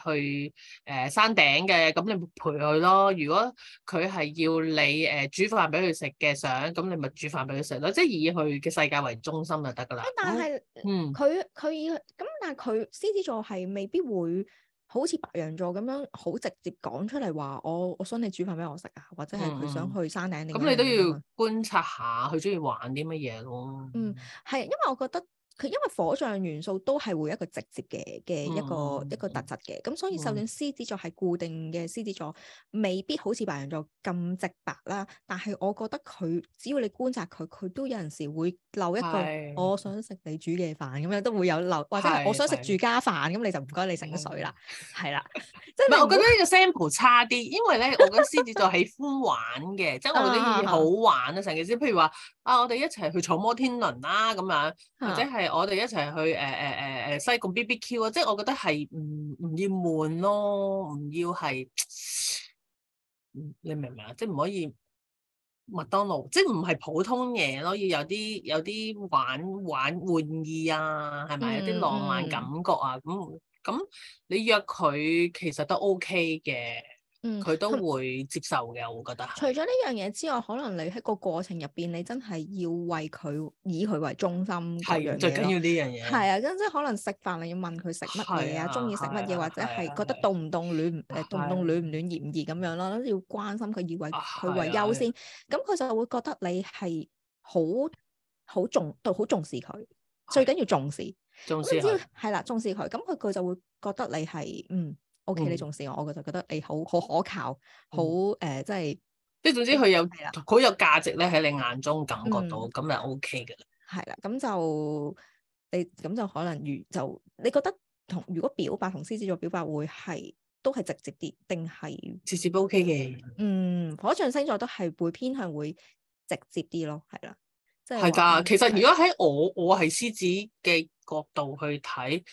Speaker 2: 誒、呃山頂嘅，咁你咪陪佢咯。如果佢係要你誒、呃煮飯俾佢食嘅相，咁你咪煮飯俾佢食咯。即係以佢嘅世界為中心就得㗎啦。
Speaker 1: 啊但係。
Speaker 2: 嗯，
Speaker 1: 佢佢要咁，但係佢獅子座係未必會好似白羊座咁樣好直接講出嚟話我我想你煮飯俾我食啊，或者係佢想
Speaker 2: 嗯
Speaker 1: 去山頂定
Speaker 2: 咁你都
Speaker 1: 乜嘢㗎啊
Speaker 2: 要
Speaker 1: 嘛
Speaker 2: 觀察下佢中意玩啲乜嘢咯。
Speaker 1: 嗯係，因為我覺得佢因為火象元素都係會一個直接嘅嘅一個、
Speaker 2: 嗯
Speaker 1: 一個特質嘅，咁所以就算
Speaker 2: 嗯
Speaker 1: 獅子座係固定嘅獅子座，未必好似白羊座咁直白啦，但係我覺得佢只要你觀察佢，佢都有陣時會漏一個。
Speaker 2: 係
Speaker 1: 我想食你煮嘅飯咁樣都會有漏，或者係我
Speaker 2: 係
Speaker 1: 想食
Speaker 2: 係哦
Speaker 1: 住家飯咁，你就唔該你整水啦， 係啦，即
Speaker 2: 唔
Speaker 1: 係
Speaker 2: 係，我覺
Speaker 1: 你
Speaker 2: 得呢個 sample 差啲，因為咧，我覺得獅子座喜歡玩嘅，即係我覺得呢啲嘢好玩啊，成件事。譬如話啊，我哋一齊去坐摩天輪啦，咁樣，
Speaker 1: 唔好
Speaker 2: 或者係我哋一齊去誒誒誒誒西貢 BBQ 啊，即係我覺得係唔唔要悶咯，唔要係，嗯你明唔明啊？即係唔可以麥當勞，即係唔係普通嘢咯，要有啲有啲玩玩玩意啊，係咪？有啲浪漫
Speaker 1: 嗯嗯
Speaker 2: 感覺啊，咁咁。你約佢其實都 OK 嘅，
Speaker 1: 嗯
Speaker 2: 佢都
Speaker 1: 同
Speaker 2: 會接受嘅，我覺得係。
Speaker 1: 除咗呢樣嘢之外，可能你喺個過程入邊，你真係要為佢以佢為中心嗰樣
Speaker 2: 係最緊
Speaker 1: 嘢
Speaker 2: 要
Speaker 1: 咯。
Speaker 2: 呢樣嘢。
Speaker 1: 係啊，咁即係可能食飯你要問佢食乜嘢啊，
Speaker 2: 係啊
Speaker 1: 中意食乜嘢，
Speaker 2: 係啊
Speaker 1: 或者
Speaker 2: 係
Speaker 1: 係
Speaker 2: 啊
Speaker 1: 覺得
Speaker 2: 係啊
Speaker 1: 凍唔凍暖，誒凍唔
Speaker 2: 係
Speaker 1: 凍
Speaker 2: 啊
Speaker 1: 暖唔暖熱唔熱咁樣咯，要關心佢，以為
Speaker 2: 啊
Speaker 1: 佢
Speaker 2: 係
Speaker 1: 為
Speaker 2: 啊係
Speaker 1: 優
Speaker 2: 啊
Speaker 1: 先，咁佢就會覺得你係好好重，對好重視佢，最緊要重視。
Speaker 2: 仲
Speaker 1: 咁
Speaker 2: 是
Speaker 1: 你只要
Speaker 2: 係
Speaker 1: 係啦，重視佢，咁佢佢就會覺得你係嗯 OK，你
Speaker 2: 嗯
Speaker 1: 重視我，我就覺得你好好可靠，好誒、呃即係
Speaker 2: 即係總之佢有
Speaker 1: 係啦
Speaker 2: 好有價值咧，喺你眼中感覺到，
Speaker 1: 嗯
Speaker 2: 咁就 OK 嘅啦。
Speaker 1: 係啦，咁就你咁就可能如就你覺得同如果表白同獅子座表白會係都係直接啲，定係
Speaker 2: 直接 OK 嘅，
Speaker 1: 嗯火象星座都係會偏向會直接啲咯，係啦，即係
Speaker 2: 係
Speaker 1: 話嗯
Speaker 2: 㗎。其實如果喺我我係獅子嘅角度去睇，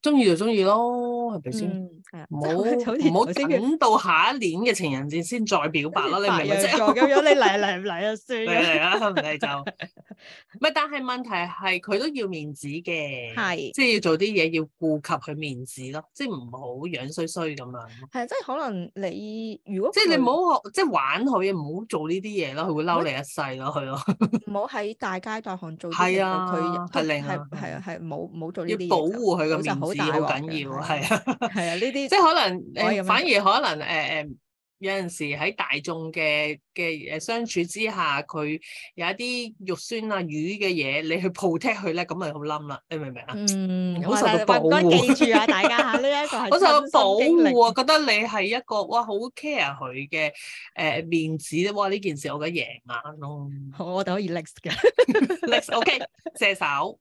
Speaker 2: 中意就中意咯，係咪先？
Speaker 1: 嗯係啦，
Speaker 2: 唔
Speaker 1: 即
Speaker 2: 好
Speaker 1: 係 好似
Speaker 2: 唔好
Speaker 1: 頭先嘅
Speaker 2: 等到下一年嘅情人節先再表白啦，你
Speaker 1: 白
Speaker 2: 明唔明？即
Speaker 1: 羊
Speaker 2: 係
Speaker 1: 座咁樣，你嚟嚟唔嚟啊算
Speaker 2: 你
Speaker 1: 啦。
Speaker 2: 嚟啦，唔嚟就唔係。但係問 題係佢都要面子嘅，
Speaker 1: 係
Speaker 2: 即係要做啲嘢要顧及佢面子咯，即係唔好樣衰衰咁樣。
Speaker 1: 係啊，即係可能你如果
Speaker 2: 即係你
Speaker 1: 佢
Speaker 2: 唔好學，即係玩佢，唔好做呢啲嘢咯，佢會嬲你一世咯，佢咯。
Speaker 1: 唔好喺大街大巷做啲
Speaker 2: 係
Speaker 1: 嘢到
Speaker 2: 啊
Speaker 1: 佢
Speaker 2: 係令
Speaker 1: 係
Speaker 2: 啊
Speaker 1: 係啊係冇冇 做呢
Speaker 2: 要
Speaker 1: 啲嘢就，
Speaker 2: 保護佢嘅
Speaker 1: 咁就
Speaker 2: 面子
Speaker 1: 大
Speaker 2: 好
Speaker 1: 鑊嘅
Speaker 2: 緊要，
Speaker 1: 係
Speaker 2: 係 啊。
Speaker 1: 係啊呢啲
Speaker 2: 即係可能
Speaker 1: 可以
Speaker 2: 誒，
Speaker 1: 咁樣
Speaker 2: 反而可能誒誒，有陣時喺大眾嘅嘅誒相處之下，佢有一啲肉酸啊、魚嘅嘢，你去 protect 佢咧，咁咪好冧啦，你明唔明啊？
Speaker 1: 嗯，
Speaker 2: 好
Speaker 1: 我
Speaker 2: 受
Speaker 1: 但
Speaker 2: 到
Speaker 1: 係唔該
Speaker 2: 保護
Speaker 1: 記住啊， 大家嚇呢一個係
Speaker 2: 我就
Speaker 1: 親身
Speaker 2: 保
Speaker 1: 經歷
Speaker 2: 護啊，覺得你係一個哇好 care 佢嘅誒面子咧，哇呢件事我嘅贏硬咯。
Speaker 1: 好我哋可以 next 嘅。
Speaker 2: Next OK 射手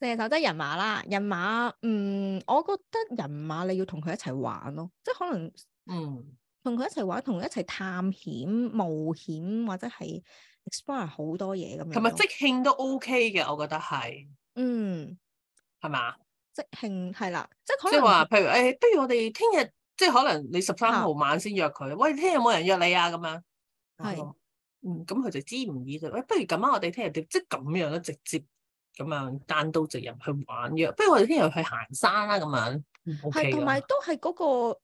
Speaker 1: 射手即係人馬啦，人馬嗯，我覺得人馬你要同佢一齊玩咯，即係可能
Speaker 2: 嗯
Speaker 1: 同佢一齊玩，同佢一齊探險、冒險或者係 explore 好多嘢咁樣。
Speaker 2: 同埋即，興都 OK 嘅，我覺得係
Speaker 1: 嗯，
Speaker 2: 係嘛？
Speaker 1: 即興係啦，即係可
Speaker 2: 即係
Speaker 1: 能
Speaker 2: 話，譬如誒、哎不如我哋聽日即係可能你十三
Speaker 1: 啊
Speaker 2: 號晚先約佢，喂，聽日有冇人約你啊？咁樣
Speaker 1: 係
Speaker 2: 我話嗯，咁佢就知唔意就，喂，不如咁啊，我哋聽日即係咁樣咯，直接咁樣單刀直入去玩約，不如我哋聽日去行山啊啦咁樣，O
Speaker 1: 嗯
Speaker 2: 嗯啊
Speaker 1: 係
Speaker 2: K
Speaker 1: 同埋都係嗰個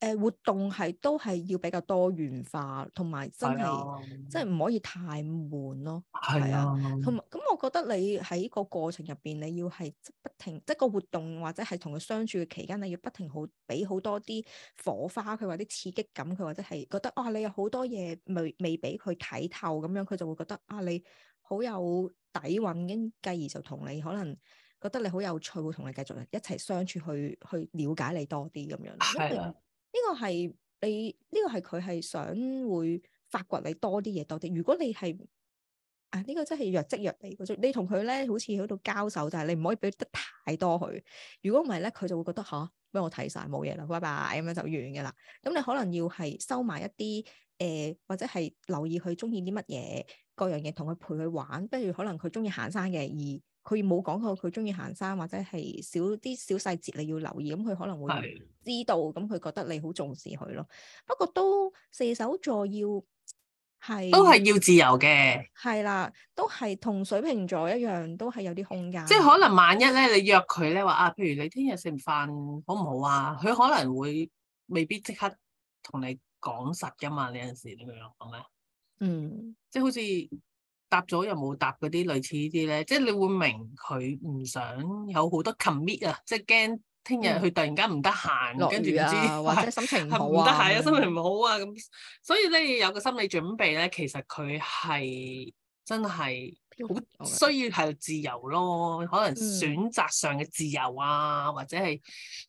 Speaker 1: 誒活動係都係要比較多元化，同埋真係啊即係唔可以太悶咯。
Speaker 2: 係
Speaker 1: 係
Speaker 2: 啊
Speaker 1: 啊，同埋咁，我覺得你喺個過程入邊，你要係即不停，即個活動或者係同佢相處嘅期間，你要不停好俾好多啲火花佢，或者刺激感佢，或者係覺得啊，你有好多嘢未未俾佢睇透咁樣，佢就會覺得啊，你好有底韻，跟繼而就同你可能覺得你好有趣，會同你繼續一齊相處，去去了解你多啲咁樣。因
Speaker 2: 係啊，
Speaker 1: 為呢個係你呢、個係佢係想會發掘你多啲嘢多啲。如果你係啊！呢、個真係若即若離嗰種，你同佢咧好似喺度交手，但係你唔可以俾得太多佢。如果唔係咧，佢就會覺得吓，俾我睇晒冇嘢啦，拜拜咁樣就完噶啦。咁你可能要係收埋一啲誒、呃或者係留意佢中意啲乜嘢，各樣嘢同佢陪佢玩。不如可能佢中意行山嘅，而佢冇講過佢中意行山，或者係少啲小細節你要留意，咁佢可能會
Speaker 2: 係
Speaker 1: 知道，咁佢覺得你好重視佢咯。不過都射手座要係
Speaker 2: 都係要自由嘅，
Speaker 1: 係啦，都係同水瓶座一樣，都係有啲空間。
Speaker 2: 即係可能萬一咧，你約佢咧話啊，譬如你聽日食飯好唔好啊？佢可能會未必即刻同你講實噶嘛，呢陣時你明唔明我講咩？
Speaker 1: 嗯，
Speaker 2: 即係好似答咗又冇答嗰啲類似呢啲咧，即係你會明佢唔想有好多 commit 啊，即係驚聽日
Speaker 1: 嗯
Speaker 2: 佢突然間唔得閒，
Speaker 1: 落
Speaker 2: 跟住唔
Speaker 1: 雨
Speaker 2: 知
Speaker 1: 啊，或者心情唔
Speaker 2: 係
Speaker 1: 好
Speaker 2: 唔得
Speaker 1: 啊，
Speaker 2: 閒啊，心情唔好啊咁，所以咧有個心理準備咧，其實佢係真係好需要係自由咯，可能
Speaker 1: 嗯
Speaker 2: 選擇上嘅自由啊，或者係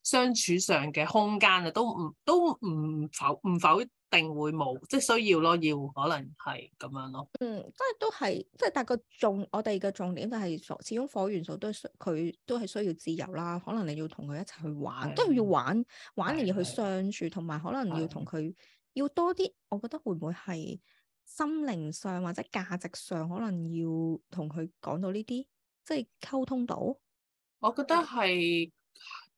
Speaker 2: 相處上嘅空間啊，都唔都唔否唔否定會冇，即係需要咯，要可能係咁樣咯。
Speaker 1: 嗯，即係都係，即係但個重，我哋嘅重點就係所，始終火元素都係需佢都係需要自由啦。可能你要同佢一齊去玩，都係要
Speaker 2: 係
Speaker 1: 玩玩，你要
Speaker 2: 嗯係
Speaker 1: 去相處，同埋可能
Speaker 2: 係
Speaker 1: 要同佢要多啲。我覺得會唔會係心靈上或者價值上，可能要同佢講到呢啲，即係溝通到。
Speaker 2: 我覺得
Speaker 1: 嗯
Speaker 2: 係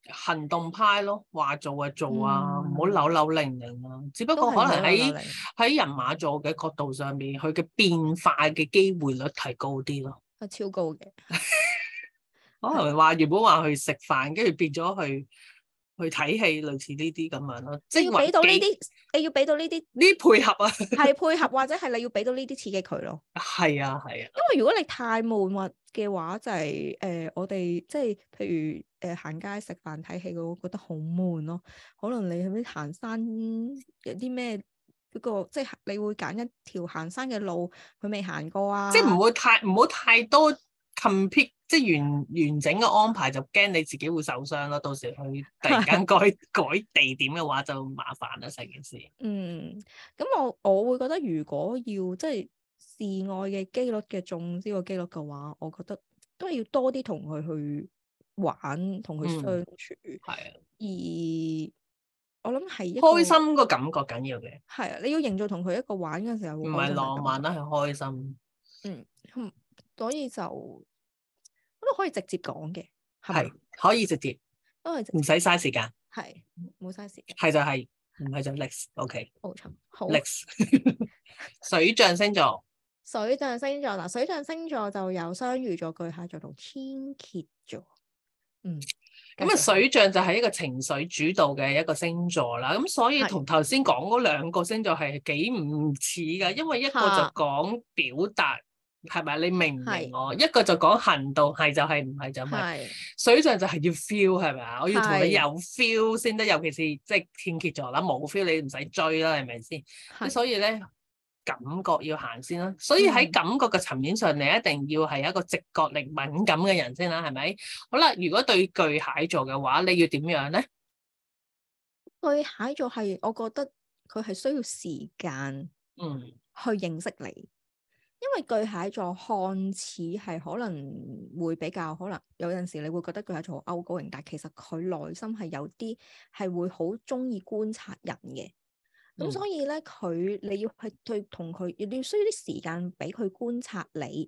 Speaker 2: 行動派咯，話做就做啊，唔好
Speaker 1: 嗯
Speaker 2: 扭扭零零啊。只不
Speaker 1: 都
Speaker 2: 過
Speaker 1: 係
Speaker 2: 可能
Speaker 1: 扭扭
Speaker 2: 喺
Speaker 1: 零
Speaker 2: 喺人馬座嘅角度上面，佢嘅變化嘅機會率提高啲咯。
Speaker 1: 係超高嘅。
Speaker 2: 可
Speaker 1: 啊
Speaker 2: 能話原本話去食飯，跟住變咗去去睇戲，類似呢啲咁樣咯。即
Speaker 1: 你要俾
Speaker 2: 係
Speaker 1: 到呢
Speaker 2: 幾
Speaker 1: 啲，你要俾到呢啲
Speaker 2: 呢啲配合啊，
Speaker 1: 係配合，或者係你要俾到呢啲刺激佢咯。
Speaker 2: 係啊係啊，
Speaker 1: 因為如果你太悶或嘅話，就係、呃我哋即係譬如誒、呃行街食飯睇戲，我覺得好悶咯。可能你去行山有啲咩嗰個，即係你會揀一條行山嘅路，佢未行過啊。
Speaker 2: 即係唔會太唔好太多 complete，即係完完整嘅安排，就驚你自己會受傷咯。到時佢突然 間改改地點嘅話，就麻煩啦成件事。
Speaker 1: 嗯，咁我我會覺得如果要即係示愛嘅機率嘅中招嘅機率嘅話，我覺得都係要多啲同佢去玩，同佢
Speaker 2: 嗯
Speaker 1: 相處。
Speaker 2: 係啊，
Speaker 1: 而我諗係一
Speaker 2: 開
Speaker 1: 個
Speaker 2: 心個感覺緊要嘅，
Speaker 1: 係啊，你要營造同佢一個玩嘅時候，
Speaker 2: 唔係浪漫
Speaker 1: 啦。
Speaker 2: 啦，係開心。
Speaker 1: 嗯所以就都可以直接講嘅，係咪
Speaker 2: 係？可以直接，
Speaker 1: 都係直
Speaker 2: 唔使嘥時間，
Speaker 1: 係冇嘥時間，
Speaker 2: 係就係、唔係就 next。OK，next、
Speaker 1: 冇錯。好，
Speaker 2: 水象星座，
Speaker 1: 水象星座嗱，水象星座就有雙魚座、巨蟹座同天蠍座。嗯，
Speaker 2: 咁啊
Speaker 1: 繼續
Speaker 2: 水象就係一個情緒主導嘅一個星座啦。咁所以
Speaker 1: 係
Speaker 2: 同頭先講嗰兩個星座係幾唔似噶，因為一個就
Speaker 1: 嚇
Speaker 2: 講表達，係咪？你明唔明
Speaker 1: 係
Speaker 2: 我？一個就講行動，係就係，唔係就唔係。
Speaker 1: 係
Speaker 2: 水象就係要 feel 係咪啊？我要同你
Speaker 1: 係
Speaker 2: 有 feel 先得，尤其是即係天蝎座啦，冇 feel 你唔使追啦，係咪先？咁
Speaker 1: 係
Speaker 2: 所以咧，感覺要行先啦。所以喺
Speaker 1: 嗯
Speaker 2: 感覺嘅層面上，你一定要係一個直覺力敏感嘅人先啦，係咪？好啦，如果對巨蟹座嘅話，你要點樣咧？
Speaker 1: 巨蟹座係，我覺得佢係需要時間
Speaker 2: 嗯，
Speaker 1: 去認識你，因為巨蟹座看似係可能會比較可能有陣時你會覺得巨蟹座好 outgoing，但係其實佢內心係有啲係會好中意觀察人嘅。咁所以咧，佢你要去去同佢，你要需要啲時間俾佢觀察你，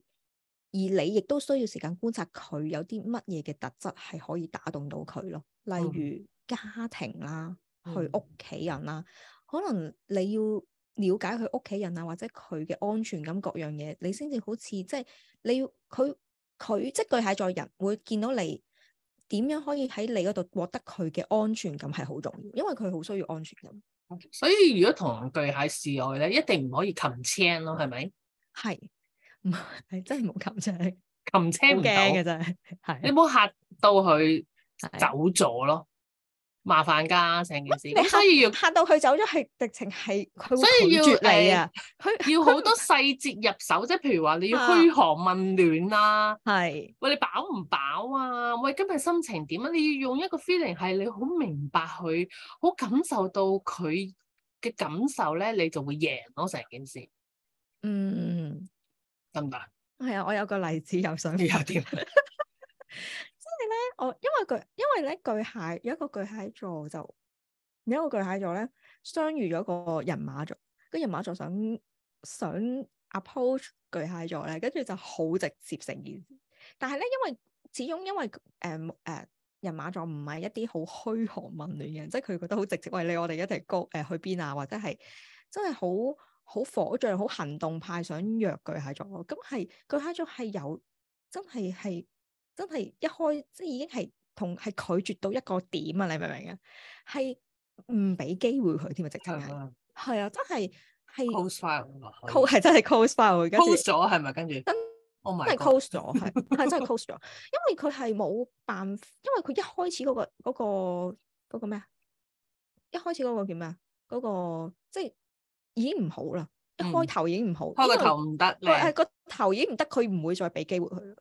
Speaker 1: 而你亦都需要時間觀察佢有啲乜嘢嘅特質係可以打動到佢咯。例如家庭啦，佢屋企人啦，可能你要了解佢屋企人啊，或者佢嘅安全感各樣嘢，你先至好似即係你要佢佢即係巨蟹座人會見到你。點樣可以喺你嗰度獲得佢嘅安全感係好重要，因為佢好需要安全感。
Speaker 2: 所以如果同巨蟹示愛咧，一定唔可以擒青咯，係咪？
Speaker 1: 係，唔係真係冇咁啫，
Speaker 2: 擒青
Speaker 1: 好
Speaker 2: 唔
Speaker 1: 驚
Speaker 2: 到
Speaker 1: 嘅，真係，
Speaker 2: 你
Speaker 1: 係
Speaker 2: 唔好嚇到佢
Speaker 1: 係
Speaker 2: 走咗咯，麻煩㗎成件事。
Speaker 1: 你
Speaker 2: 咁所以要
Speaker 1: 嚇到佢走咗，係直情係佢
Speaker 2: 所以
Speaker 1: 會拒
Speaker 2: 要
Speaker 1: 絕你啊！佢
Speaker 2: 要好多細節入手，即係譬如話你要
Speaker 1: 啊
Speaker 2: 噓寒問暖啊啦，
Speaker 1: 係
Speaker 2: 喂你飽唔飽啊？喂今日心情點啊？你要用一個 feeling 係你好明白佢，好感受到佢嘅感受咧，你就會贏咯成件事，
Speaker 1: 嗯
Speaker 2: 得唔得？
Speaker 1: 係啊！我有個例子又想
Speaker 2: 又點？
Speaker 1: 我因為巨，因為咧巨蟹有一個巨蟹座就有一個巨蟹座咧，相遇咗個人馬座，跟人馬座想想 approach 巨蟹座咧，跟住就好直接成件事。但係咧，因為始終因為誒誒、呃人馬座唔係一啲好噓寒問暖嘅人，即係佢覺得好直接，喂你我哋一齊高誒、呃去邊啊，或者係真係好好火象、好行動派，想約巨蟹座咯。咁係巨蟹座係有真係係真係一開即係已經係同係拒絕到一個點啊！你明唔明啊？係唔俾機會佢添啊！直情係係啊，真係係
Speaker 2: close file 落去
Speaker 1: close 係真係 close file 跟住
Speaker 2: close 咗係咪？跟住
Speaker 1: 真
Speaker 2: Oh
Speaker 1: 真
Speaker 2: my
Speaker 1: 係
Speaker 2: god！
Speaker 1: close 咗，係係真係 close 咗，因為佢係冇辦法，因為佢一開始嗰、個嗰、個嗰、個咩啊，一開始嗰個叫咩啊，嗰、個即係已經唔好啦，一開
Speaker 2: 嗯
Speaker 1: 頭已經唔好，
Speaker 2: 開個
Speaker 1: 因為
Speaker 2: 頭唔得
Speaker 1: 佢係
Speaker 2: 咧，
Speaker 1: 個頭已經唔得，佢唔會再俾機會佢啦。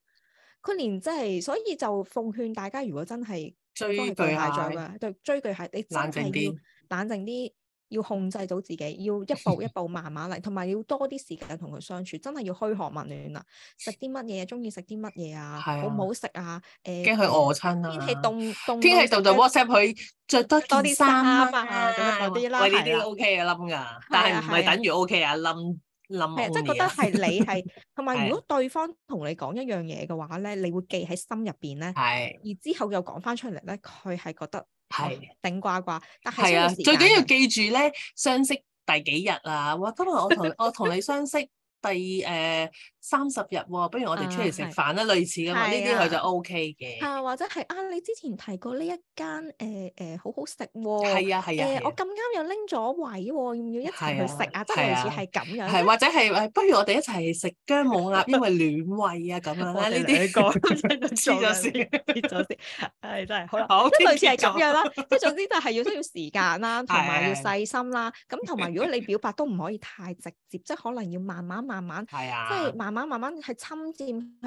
Speaker 1: 佢連即係，所以就奉勸大家，如果真係
Speaker 2: 追
Speaker 1: 都
Speaker 2: 巨
Speaker 1: 係巨蟹座
Speaker 2: 蟹，
Speaker 1: 嘅，啊對追巨蟹，你真
Speaker 2: 冷靜
Speaker 1: 係
Speaker 2: 啲
Speaker 1: 要。冷靜啲，要控制到自己，要一步一步慢慢嚟，同埋要多啲時間同佢相處，真係要噓寒問暖啦。食啲乜嘢，中意食啲乜嘢啊？
Speaker 2: 係啊
Speaker 1: 好唔好食啊？誒，
Speaker 2: 驚佢餓親
Speaker 1: 天氣
Speaker 2: 啊！
Speaker 1: 凍凍，
Speaker 2: 天氣凍就
Speaker 1: 食得
Speaker 2: WhatsApp 佢着多
Speaker 1: 多
Speaker 2: 件
Speaker 1: 啲
Speaker 2: 衫啊，
Speaker 1: 衫啊咁樣嗰啲啦
Speaker 2: 喂，呢
Speaker 1: 係
Speaker 2: 啲
Speaker 1: 啦
Speaker 2: OK 嘅冧噶，但係唔
Speaker 1: 係啊
Speaker 2: 係等於 OK 啊，冧冧
Speaker 1: 係啊，即係覺
Speaker 2: only
Speaker 1: 得
Speaker 2: 啊
Speaker 1: 係你係，同埋
Speaker 2: 係
Speaker 1: 如果對方同你講一樣嘢嘅話咧，你會記喺心入邊咧，
Speaker 2: 係
Speaker 1: 而之後又講翻出嚟咧，佢係覺得哦
Speaker 2: 係
Speaker 1: 頂呱呱，但係需
Speaker 2: 係
Speaker 1: 要
Speaker 2: 啊，
Speaker 1: 時
Speaker 2: 最緊要
Speaker 1: 間嘅
Speaker 2: 記住咧，相識第幾日啊？哇，今日我 同我同你相識。第誒三十日喎，不如我哋出嚟食
Speaker 1: 啊係
Speaker 2: 飯啦，類似噶嘛，呢
Speaker 1: 係
Speaker 2: 啲
Speaker 1: 啊
Speaker 2: 佢就 O K 嘅，係啊
Speaker 1: 啊，或者係啊，你之前提過呢一間誒誒好好食喎。
Speaker 2: 係啊係
Speaker 1: 誒，我
Speaker 2: 啊，
Speaker 1: 咁啱又拎咗位喎，要唔要一齊去食
Speaker 2: 係啊
Speaker 1: 啊？即係類
Speaker 2: 係
Speaker 1: 似
Speaker 2: 啊
Speaker 1: 係咁樣，
Speaker 2: 係或者係誒，不如我哋一齊食姜母鴨，因為暖胃啊咁樣 啦，呢啲 黐咗線，
Speaker 1: 跌咗先，係真係好啦。
Speaker 2: 好，
Speaker 1: 即係類似係
Speaker 2: 天蠍座
Speaker 1: 咁樣啦，即係總之就係要需要時間啦，同埋要
Speaker 2: 係
Speaker 1: 細心啦。咁同埋如果你表白都唔可以太直接，即係可能要慢慢慢慢，
Speaker 2: 係
Speaker 1: 即
Speaker 2: 啊，
Speaker 1: 係慢慢慢慢去侵佔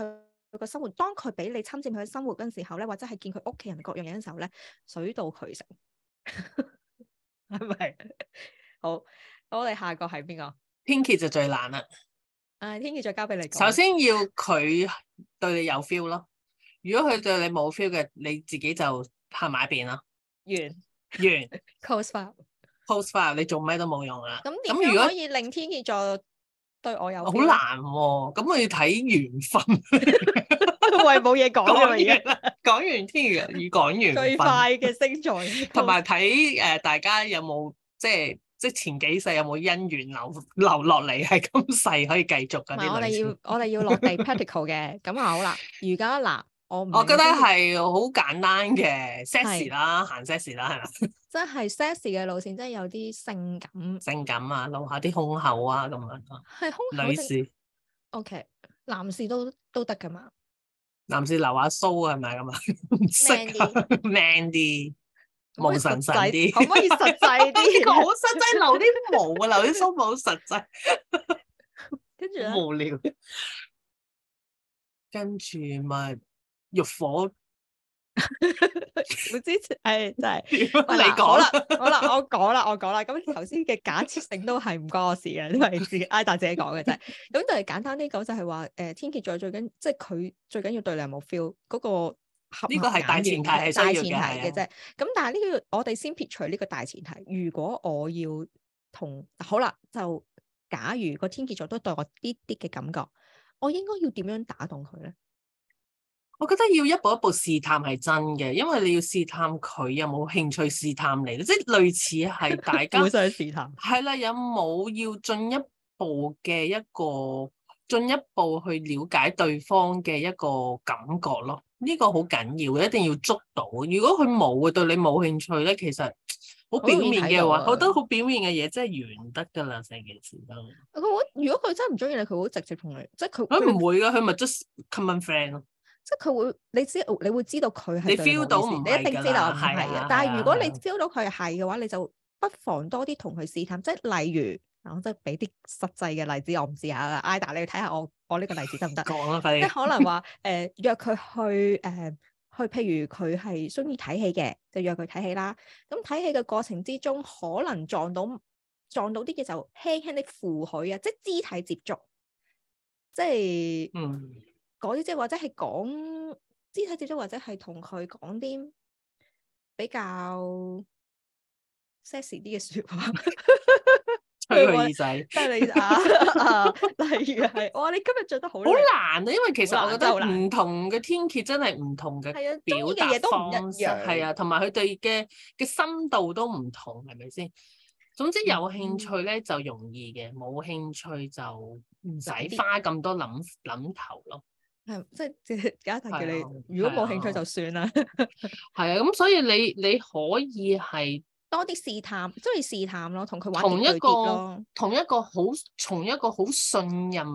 Speaker 1: 佢個生活。當佢俾你侵佔佢生活嗰陣時候咧，或者係見佢屋企人各樣嘢嘅時候咧，水到渠成， 係咪？好，我哋下個係邊個？
Speaker 2: 天蝎就最難啦。
Speaker 1: 誒，天蝎再交俾你講。
Speaker 2: 首先要佢對你有 feel 咯，如果佢對你冇 feel 嘅，你自己就行埋一邊啦。
Speaker 1: 完
Speaker 2: 完
Speaker 1: close file。
Speaker 2: post file 你做咩都冇用啊啦。
Speaker 1: 咁點
Speaker 2: 如
Speaker 1: 樣
Speaker 2: 果
Speaker 1: 可以令天蝎座對我有
Speaker 2: 好
Speaker 1: feel 呢？
Speaker 2: 難喎、咁我要睇緣分。
Speaker 1: 喂，冇嘢講啦，而家
Speaker 2: 講完啦，講完天蝎與講緣
Speaker 1: 最
Speaker 2: 分，
Speaker 1: 快嘅星座嚟嘅。
Speaker 2: 同埋睇誒大家有冇即係即係前幾世有冇姻緣留留落嚟，係今世可以繼續
Speaker 1: 唔
Speaker 2: 嗰
Speaker 1: 係
Speaker 2: 啲
Speaker 1: 我
Speaker 2: 類
Speaker 1: 哋
Speaker 2: 似
Speaker 1: 要我哋要落地 practical 嘅，咁啊好啦。而家嗱，我唔
Speaker 2: 我
Speaker 1: 明
Speaker 2: 覺得
Speaker 1: 天蠍
Speaker 2: 係好簡單嘅 sexy
Speaker 1: 係
Speaker 2: 啦，行 sexy 啦，係咪？
Speaker 1: 真係 sexy 嘅路線，真係有啲性感，
Speaker 2: 性感啊，露下啲胸口啊，咁樣咯。
Speaker 1: 係胸口
Speaker 2: 女
Speaker 1: 定
Speaker 2: 士、
Speaker 1: OK，男士都都得噶嘛。
Speaker 2: 男士留下須啊，係咪咁啊？唔識啊 man 啲，
Speaker 1: 可唔可
Speaker 2: 冇
Speaker 1: 以
Speaker 2: 神神
Speaker 1: 實際
Speaker 2: 啲，
Speaker 1: 可唔可以實際啲
Speaker 2: 呢個好 實際，留啲毛啊，留啲須冇實際，
Speaker 1: 跟住咧，
Speaker 2: 好無聊。跟住咪欲火，
Speaker 1: 我之前係真係。
Speaker 2: 你
Speaker 1: 喂嗱啊好
Speaker 2: 講
Speaker 1: 啦
Speaker 2: 啦，，
Speaker 1: 好啦，我講啦，我講啦。咁頭先嘅假設性都係唔關我事嘅，都係 自己挨大自己講嘅啫。咁就係簡單啲講，就係話誒天蝎座最緊，即係佢最緊要對你有冇 feel 嗰個合
Speaker 2: 呢個係大前提係需
Speaker 1: 大
Speaker 2: 要嘅
Speaker 1: 前提嘅啫。咁但係呢個我哋先撇除呢個大前提。如果我要同好啦，就假如個天蝎座都對我啲啲嘅感覺，我應該要點樣打動佢咧？
Speaker 2: 我覺得要一步一步試探係真嘅，因為你要試探佢有冇興趣試探你，即係類似係大 家
Speaker 1: 互相試探。
Speaker 2: 係啦，有冇要進一步嘅一個進一步去了解對方嘅一個感覺咯？呢、個好緊要嘅，一定要捉到。如果佢冇嘅對你冇興趣咧，其實好表面嘅話，
Speaker 1: 好容易睇到啊
Speaker 2: 好多好表面嘅嘢真係完得㗎啦，成件事 都。
Speaker 1: 我覺得啊如果佢真係唔中意你，佢會直接同你，即係佢
Speaker 2: 佢
Speaker 1: 佢
Speaker 2: 唔會㗎，佢咪 just common friend 咯。
Speaker 1: 即係佢會，你知哦你會知道佢係
Speaker 2: 你
Speaker 1: 對
Speaker 2: feel
Speaker 1: 冇
Speaker 2: 到
Speaker 1: 意思
Speaker 2: 唔
Speaker 1: 你一
Speaker 2: 係㗎
Speaker 1: 定知道
Speaker 2: 啦
Speaker 1: 唔
Speaker 2: 係
Speaker 1: 係
Speaker 2: 啊
Speaker 1: 嘅。但
Speaker 2: 係啊
Speaker 1: 係如果你
Speaker 2: 係啊
Speaker 1: feel 到佢係嘅話，你就不妨多啲同佢試探，即係例如嗱啊我真係俾啲實際嘅例子，我唔知下 Ida，你睇下我我呢個例子 得唔得？
Speaker 2: 講啦，快
Speaker 1: 即係
Speaker 2: 啲。
Speaker 1: 可能話誒、呃、約佢去誒、呃去，譬如佢係中意睇戲嘅，就約佢睇戲啦。咁睇戲嘅過程之中，可能撞到撞到啲嘢就輕輕地扶佢啊，即係肢體接觸，即係
Speaker 2: 嗯。
Speaker 1: 嗰啲即係或者係講肢體接觸，或者係同佢講啲比較 sexy 啲嘅説 話。
Speaker 2: 吹佢耳仔。
Speaker 1: 即係你啊啊，例如係哇，你今日着得好
Speaker 2: 好
Speaker 1: 靚
Speaker 2: 難啊，因為其實
Speaker 1: 好
Speaker 2: 我覺
Speaker 1: 難真係好
Speaker 2: 得
Speaker 1: 難
Speaker 2: 唔同嘅天蝎真係唔同嘅
Speaker 1: 係啊，中
Speaker 2: 表
Speaker 1: 意
Speaker 2: 達
Speaker 1: 嘅嘢都唔
Speaker 2: 方
Speaker 1: 一
Speaker 2: 式，
Speaker 1: 樣，
Speaker 2: 係啊，同埋佢哋嘅嘅深度都唔同，係咪先？總之有
Speaker 1: 嗯
Speaker 2: 興趣咧就容易嘅，冇興趣就唔使
Speaker 1: 就啲
Speaker 2: 花咁多諗諗頭咯。
Speaker 1: 係即係即係而家就叫
Speaker 2: 係啊
Speaker 1: 你，如果冇興
Speaker 2: 係啊
Speaker 1: 趣就算啦，
Speaker 2: 係啊，咁所以你你可以係
Speaker 1: 多啲試探，即係試探咯，同佢玩
Speaker 2: 同
Speaker 1: 啲
Speaker 2: 一
Speaker 1: 對
Speaker 2: 個
Speaker 1: 疊咯，
Speaker 2: 同一個好從一個好信任，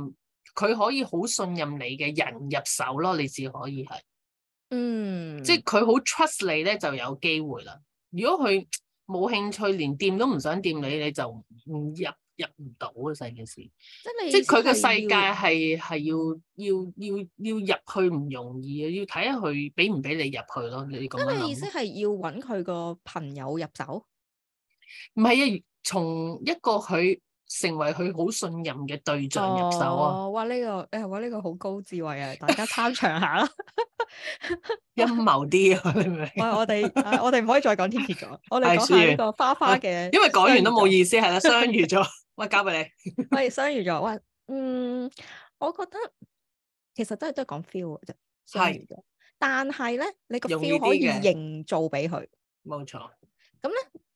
Speaker 2: 佢可以好信任你嘅人入手咯，你只可以係。
Speaker 1: 嗯，
Speaker 2: 即係佢好 trust 你咧，就有機會啦。如果佢冇興趣，連掂都唔想掂你，你就唔入入唔到啊！成件事，
Speaker 1: 即係你
Speaker 2: 即係佢嘅
Speaker 1: 係
Speaker 2: 世界
Speaker 1: 要
Speaker 2: 係係要要要要入去唔容易啊！要睇下佢俾唔俾你入去咯。你咁
Speaker 1: 即係
Speaker 2: 樣
Speaker 1: 你意思
Speaker 2: 諗，
Speaker 1: 係要揾佢個朋友入手，
Speaker 2: 唔係啊，從一個佢成為佢好信任嘅對象入手啊，
Speaker 1: 哦！哇，呢個誒，哇，呢個好高智慧啊！大家參詳下 啦，
Speaker 2: 陰謀啲啊，你明唔明？
Speaker 1: 我我哋啊我哋唔可以再講天 蠍座，我哋
Speaker 2: 係
Speaker 1: 講下呢
Speaker 2: 算
Speaker 1: 個花花嘅，
Speaker 2: 因為講完都冇意思，係啦，相遇咗， 喂，交俾你。
Speaker 1: 喂，雙魚座，喂，嗯，我覺得其實真係都係講 feel 嘅啫，雙
Speaker 2: 係
Speaker 1: 魚座。但係咧，你個
Speaker 2: 容易
Speaker 1: feel 可
Speaker 2: 啲
Speaker 1: 以
Speaker 2: 嘅
Speaker 1: 營造俾佢，
Speaker 2: 冇錯，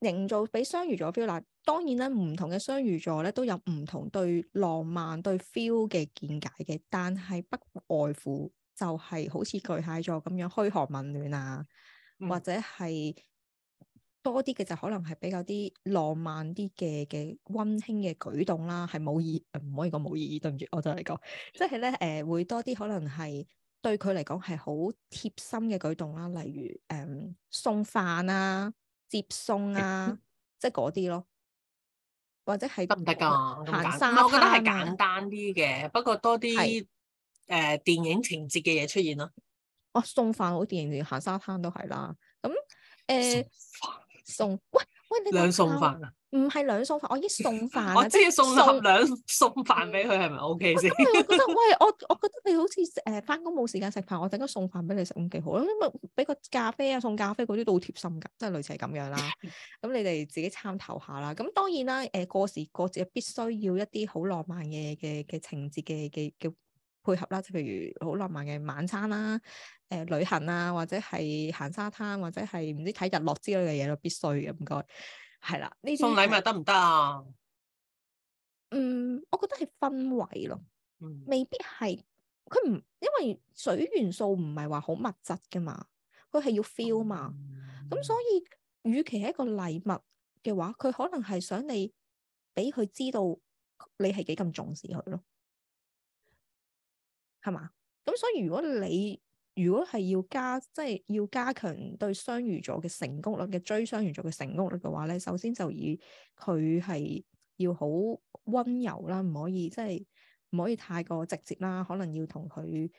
Speaker 1: 營造俾雙魚座 feel 啦。當然啦，唔同嘅雙魚座咧都有唔同對浪漫、對 feel 嘅見解嘅，但係不外乎就係好似巨蟹座咁樣噓寒問暖啊，或
Speaker 2: 嗯
Speaker 1: 者係多啲嘅就可能係比較啲浪漫啲嘅嘅温馨嘅舉動啦，係冇意呃唔可以講冇意義，對唔住，我就嚟講，即係咧誒會多啲可能係對佢嚟講係好貼心嘅舉動啦，例如誒、嗯送飯啊、接 送啊，即係嗰啲咯，或者係
Speaker 2: 得唔得㗎？咁
Speaker 1: 行
Speaker 2: 簡
Speaker 1: 沙
Speaker 2: 唔係我覺得係
Speaker 1: 灘啊
Speaker 2: 簡單啲嘅，不過多啲
Speaker 1: 係
Speaker 2: 誒、呃、電影情節嘅嘢出現咯。
Speaker 1: 哦，送飯好電影，行沙灘都係啦。咁誒、
Speaker 2: 送
Speaker 1: 呃
Speaker 2: 飯
Speaker 1: 送喂喂，你
Speaker 2: 兩餸
Speaker 1: 諗下
Speaker 2: 飯啊！
Speaker 1: 唔係兩餸飯，我已經送飯
Speaker 2: 我
Speaker 1: 啦，
Speaker 2: 知
Speaker 1: 即係
Speaker 2: 要送盒兩餸飯俾佢係咪 O K 先？
Speaker 1: 因為我覺得喂，我我覺得你好似誒翻工冇時間食飯，我陣間送飯俾你食咁幾好啦，因為俾個咖啡啊送咖啡嗰啲都好貼心㗎，即係類似係咁樣啦。
Speaker 2: 嗯
Speaker 1: 咁你哋自己參透下啦。咁當然啦，誒、過時過節必須要一啲好浪漫嘅嘅嘅情節嘅嘅嘅配合啦，即係譬如好浪漫嘅晚餐啦、誒、旅行啊，或者係行沙灘，或者係唔知睇日落之類嘅嘢咯，必須嘅唔該。係啦，呢啲
Speaker 2: 送禮物得唔得啊？
Speaker 1: 嗯，我覺得係氛圍咯。
Speaker 2: 嗯
Speaker 1: 未必係佢唔，因為水元素唔係話好物質噶嘛，佢係要 feel 嘛。
Speaker 2: 嗯
Speaker 1: 咁所以，與其係一個禮物嘅話，佢可能係想你俾佢知道你係幾咁重視佢咯，係嘛？咁所以如果你如果係要加，即係要加強對雙魚座嘅成功率嘅追雙魚座嘅成功率嘅話咧，首先就以佢係要好温柔啦，唔可以即係唔可以太過直接啦，可能要同佢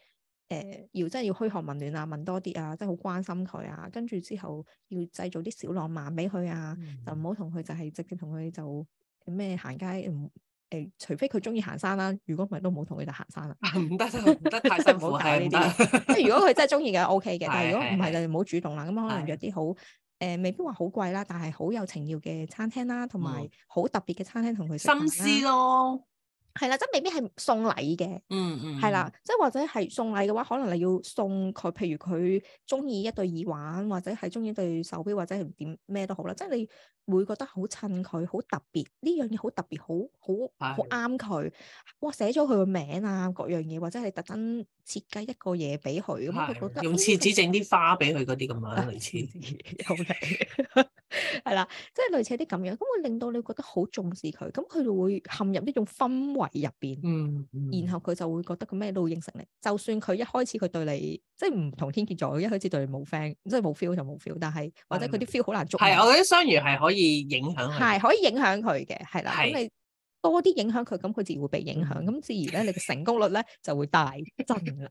Speaker 1: 誒要真係要噓寒問暖啊，問多啲啊，即係好關心佢啊，跟住之後要製造啲小浪漫俾佢啊。
Speaker 2: 嗯
Speaker 1: 就唔好同佢就係直接同佢就咩行街唔誒、除非佢中意行山啦，如果唔係都唔好同佢哋行山啦。
Speaker 2: 以 唔得唔得太辛苦，
Speaker 1: 唔好搞
Speaker 2: 係
Speaker 1: 呢
Speaker 2: 唔
Speaker 1: 啲嘢
Speaker 2: 得。
Speaker 1: 即係如果佢真係中意嘅 O K 嘅，
Speaker 2: 係
Speaker 1: 但係如果唔
Speaker 2: 係
Speaker 1: 係就唔好主動啦。咁可能
Speaker 2: 係
Speaker 1: 約啲好诶、未必話好貴啦，但係好有情調嘅餐廳啦，同埋
Speaker 2: 嗯
Speaker 1: 好特別嘅餐廳同佢食
Speaker 2: 心
Speaker 1: 飯
Speaker 2: 思
Speaker 1: 啦，
Speaker 2: 咯，
Speaker 1: 係啦，即係未必係送禮嘅，
Speaker 2: 嗯嗯，
Speaker 1: 係啦，即係或者係送禮嘅話，可能你要送佢，譬如佢中意一對耳環，或者係中意一對手錶，或者係點咩都好啦，即係你會覺得好襯佢，好特別，呢樣嘢好特別，好好好
Speaker 2: 係
Speaker 1: 啱佢。哇，寫咗佢個名啊，各樣嘢，或者係特登設計一個嘢俾佢，咁我覺
Speaker 2: 係
Speaker 1: 得
Speaker 2: 用
Speaker 1: 嗯啊
Speaker 2: 廁紙 整啲花俾佢嗰啲咁樣類似，
Speaker 1: 好係啦，即係類似啲咁樣，咁會令到你覺得好重視佢，咁佢就會陷入呢種氛圍入边，
Speaker 2: 嗯，嗯
Speaker 1: 然後佢就會覺得佢咩都會應承你。就算佢一開始佢對你即係唔同天蝎座，一開始對你冇 friend，即係冇 feel 就冇 feel，但係或者佢啲 feel 好難捉
Speaker 2: 嗯
Speaker 1: 摸，
Speaker 2: 係我覺得雙魚係可以影響佢，
Speaker 1: 係可以影響佢嘅，係啦，咁
Speaker 2: 係嗯
Speaker 1: 你。多啲影響佢，咁佢自然會被影響，咁自然咧，你嘅成功率咧就會大增 啦。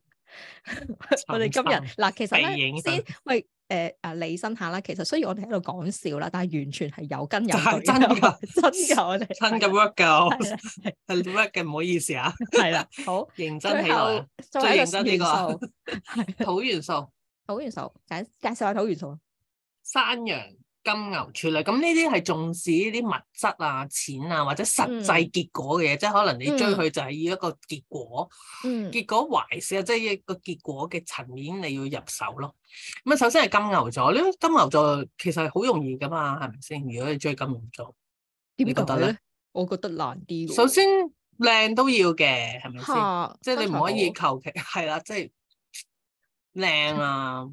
Speaker 1: 我哋今日嗱，其實
Speaker 2: 被
Speaker 1: 咧
Speaker 2: 影響
Speaker 1: 先喂誒啊李生下啦，其實雖然我哋喺度講笑啦，但係完全係有根有
Speaker 2: 就係
Speaker 1: 據，
Speaker 2: 真㗎
Speaker 1: 真㗎，我哋
Speaker 2: 真嘅 work 㗎
Speaker 1: 係啦係啦
Speaker 2: 係 work 嘅，唔好意思啊，
Speaker 1: 係啦，好，
Speaker 2: 認真起
Speaker 1: 最後
Speaker 2: 來，
Speaker 1: 作為
Speaker 2: 最
Speaker 1: 一
Speaker 2: 認真
Speaker 1: 個
Speaker 2: 呢
Speaker 1: 元
Speaker 2: 個
Speaker 1: 素，
Speaker 2: 土元素、
Speaker 1: 土元素介介紹下土元素啊，
Speaker 2: 山羊、金牛、處女，咁呢啲係重視呢啲物質啊、錢啊或者實際結果嘅嘢，即係可能你追
Speaker 1: 嗯
Speaker 2: 佢就係要一個結果。
Speaker 1: 嗯
Speaker 2: 結果壞事啊，即係一個結果嘅層面，你要入手咯。咁啊，首先係金牛座，呢金牛座其實係好容易噶嘛，係咪先？如果你追金牛座，
Speaker 1: 點
Speaker 2: 你覺
Speaker 1: 解
Speaker 2: 得
Speaker 1: 咧
Speaker 2: 咧？
Speaker 1: 我覺得難啲喎。
Speaker 2: 首先靚都要嘅，係咪先？
Speaker 1: 嗯嚇，
Speaker 2: 即係你
Speaker 1: 身
Speaker 2: 唔
Speaker 1: 材
Speaker 2: 可以
Speaker 1: 好
Speaker 2: 求其係啦，即係靚啊，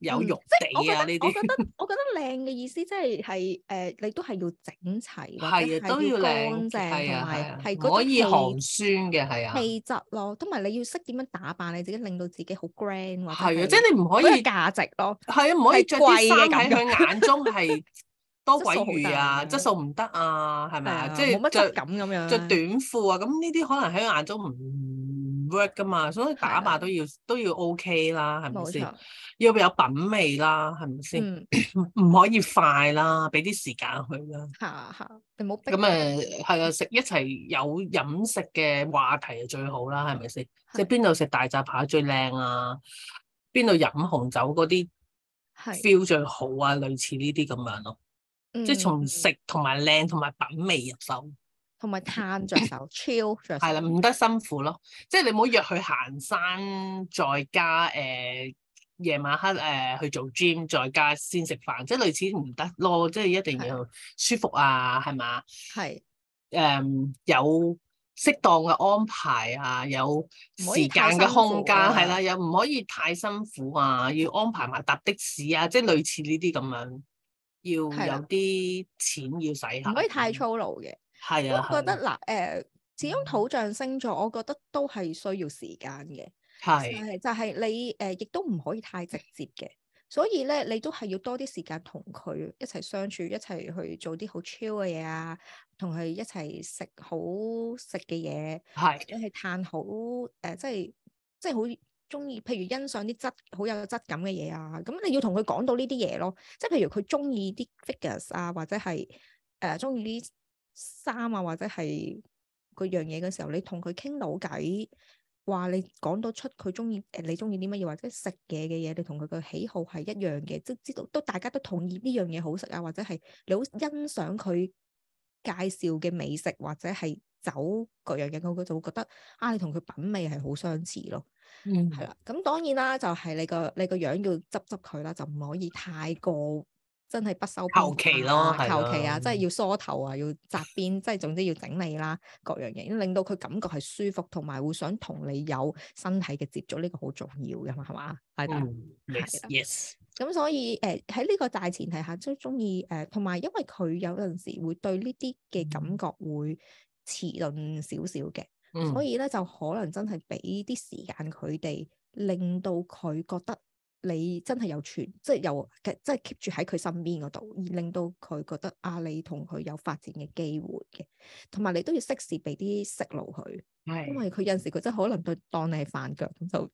Speaker 2: 有
Speaker 1: 嗯
Speaker 2: 肉
Speaker 1: 我
Speaker 2: 地
Speaker 1: 覺
Speaker 2: 啊
Speaker 1: 得
Speaker 2: 呢
Speaker 1: 我覺
Speaker 2: 啲，
Speaker 1: 得我覺得靚嘅意思即係係誒，你都係要整齊，或者
Speaker 2: 係啊都
Speaker 1: 係
Speaker 2: 要靚，
Speaker 1: 乾淨，
Speaker 2: 係
Speaker 1: 同
Speaker 2: 啊係
Speaker 1: 埋
Speaker 2: 啊
Speaker 1: 係，
Speaker 2: 唔
Speaker 1: 嗰
Speaker 2: 可以
Speaker 1: 種
Speaker 2: 寒
Speaker 1: 氣
Speaker 2: 酸嘅係啊，
Speaker 1: 氣質咯，同埋你要識點樣打扮你自己，令到自己好 grand 或者
Speaker 2: 係啊，即係你唔可
Speaker 1: 好有
Speaker 2: 以
Speaker 1: 價值咯。
Speaker 2: 係啊，唔可以
Speaker 1: 係
Speaker 2: 着
Speaker 1: 貴嘅
Speaker 2: 啲衫
Speaker 1: 感
Speaker 2: 喺
Speaker 1: 覺
Speaker 2: 佢眼中 係多鬼魚啊，
Speaker 1: 質
Speaker 2: 質
Speaker 1: 素
Speaker 2: 素唔得啊，係咪
Speaker 1: 係
Speaker 2: 啊？
Speaker 1: 啊
Speaker 2: 即
Speaker 1: 冇
Speaker 2: 係
Speaker 1: 乜質
Speaker 2: 着
Speaker 1: 感咁樣
Speaker 2: 着
Speaker 1: 咧
Speaker 2: 短褲啊，咁呢啲可能喺佢眼中唔 work 噶嘛，所以打扮都要都要 OK 啦，係咪
Speaker 1: 啊冇
Speaker 2: 先
Speaker 1: 錯？，
Speaker 2: 要有品味啦，係咪先？
Speaker 1: 嗯
Speaker 2: 唔唔可以快啦，俾啲時間佢啦。
Speaker 1: 嚇嚇，你冇逼
Speaker 2: 咁誒係啊，食一齊有飲食嘅話題就最好啦，係咪先？即係邊度食大閘蟹最靚啊？邊度飲紅酒嗰啲
Speaker 1: 係
Speaker 2: feel 最好啊？類似呢啲咁樣咯，即係
Speaker 1: 嗯
Speaker 2: 從食同埋靚同埋品味入手，
Speaker 1: 同埋攤着手，chill 着手
Speaker 2: 係啦，唔得辛苦咯。即係你唔好約去行山，再加誒、呃夜晚黑誒、呃去做 gym，再加先食飯，即係類似唔得咯。即係一定要舒服啊，係嘛？
Speaker 1: 係
Speaker 2: 誒、呃有適當嘅安排啊，有
Speaker 1: 唔可以
Speaker 2: 時間
Speaker 1: 太
Speaker 2: 嘅
Speaker 1: 辛
Speaker 2: 空
Speaker 1: 苦
Speaker 2: 間係
Speaker 1: 啊
Speaker 2: 啦，又唔可以太辛苦啊，要安排埋搭的士啊，即係類似呢啲咁樣，
Speaker 1: 係
Speaker 2: 要
Speaker 1: 啦
Speaker 2: 有啲錢要使下，
Speaker 1: 唔可以太，粗魯嘅。
Speaker 2: 係
Speaker 1: 我
Speaker 2: 啊，
Speaker 1: 覺
Speaker 2: 係
Speaker 1: 得嗱誒，始終
Speaker 2: 嗯
Speaker 1: 土象星座，我覺得都係需要時間嘅。
Speaker 2: 啊係
Speaker 1: 係就係你誒，亦都唔可以太直接嘅，所以咧，你都係要多啲時間同佢一齊相處，一齊去做啲好 chill 嘅嘢啊，同佢一齊食好食嘅嘢，
Speaker 2: 係
Speaker 1: 一係嘆好誒、即係即係好中意，譬如欣賞啲質好有質感嘅嘢啊，咁你要同佢講到呢啲嘢咯，即係譬如佢中意啲 figures 啊，或者係誒中意啲衫啊，或者係嗰樣嘢嘅時候，你同佢傾到偈。話你講到出佢中意誒，你中意啲乜嘢，或者食嘢嘅嘢，你同佢嘅喜好係一樣嘅，即係知道都大家都同意呢樣嘢好食啊，或者係你好欣賞佢介紹嘅美食或者係酒各樣嘢，佢就會覺得啊，你同佢品味係好相似咯，
Speaker 2: 嗯
Speaker 1: 係啦。咁當然啦，就係、你個你個樣要執執佢啦，就唔可以太過。真係不修邊
Speaker 2: 求其
Speaker 1: 幅
Speaker 2: 咯
Speaker 1: 啊
Speaker 2: 係
Speaker 1: 求其啊，
Speaker 2: 啦
Speaker 1: 即係要梳頭啊，要紮辮，即係總之要整理啦。各樣嘢，令到佢感覺係舒服，同埋會想同你有身體嘅接觸，呢、個好重要嘅嘛，係嘛？係啦。
Speaker 2: 嗯，yes
Speaker 1: 係啦
Speaker 2: yes，
Speaker 1: 咁所以誒喺呢個大前提下，都中意誒，同埋因為佢有陣時會對呢啲嘅
Speaker 2: 嗯
Speaker 1: 感覺會遲鈍少少嘅，所
Speaker 2: 嗯
Speaker 1: 以咧就可能真係俾啲時間佢哋，令到佢覺得你真係有存，即係有嘅，即係 keep 住喺佢身邊嗰度，而令到佢覺得啊，你同佢有發展嘅機會嘅，同埋你都要適時俾啲息路佢。因
Speaker 2: 係
Speaker 1: 為佢有陣時佢真係可能對當你係飯腳咁就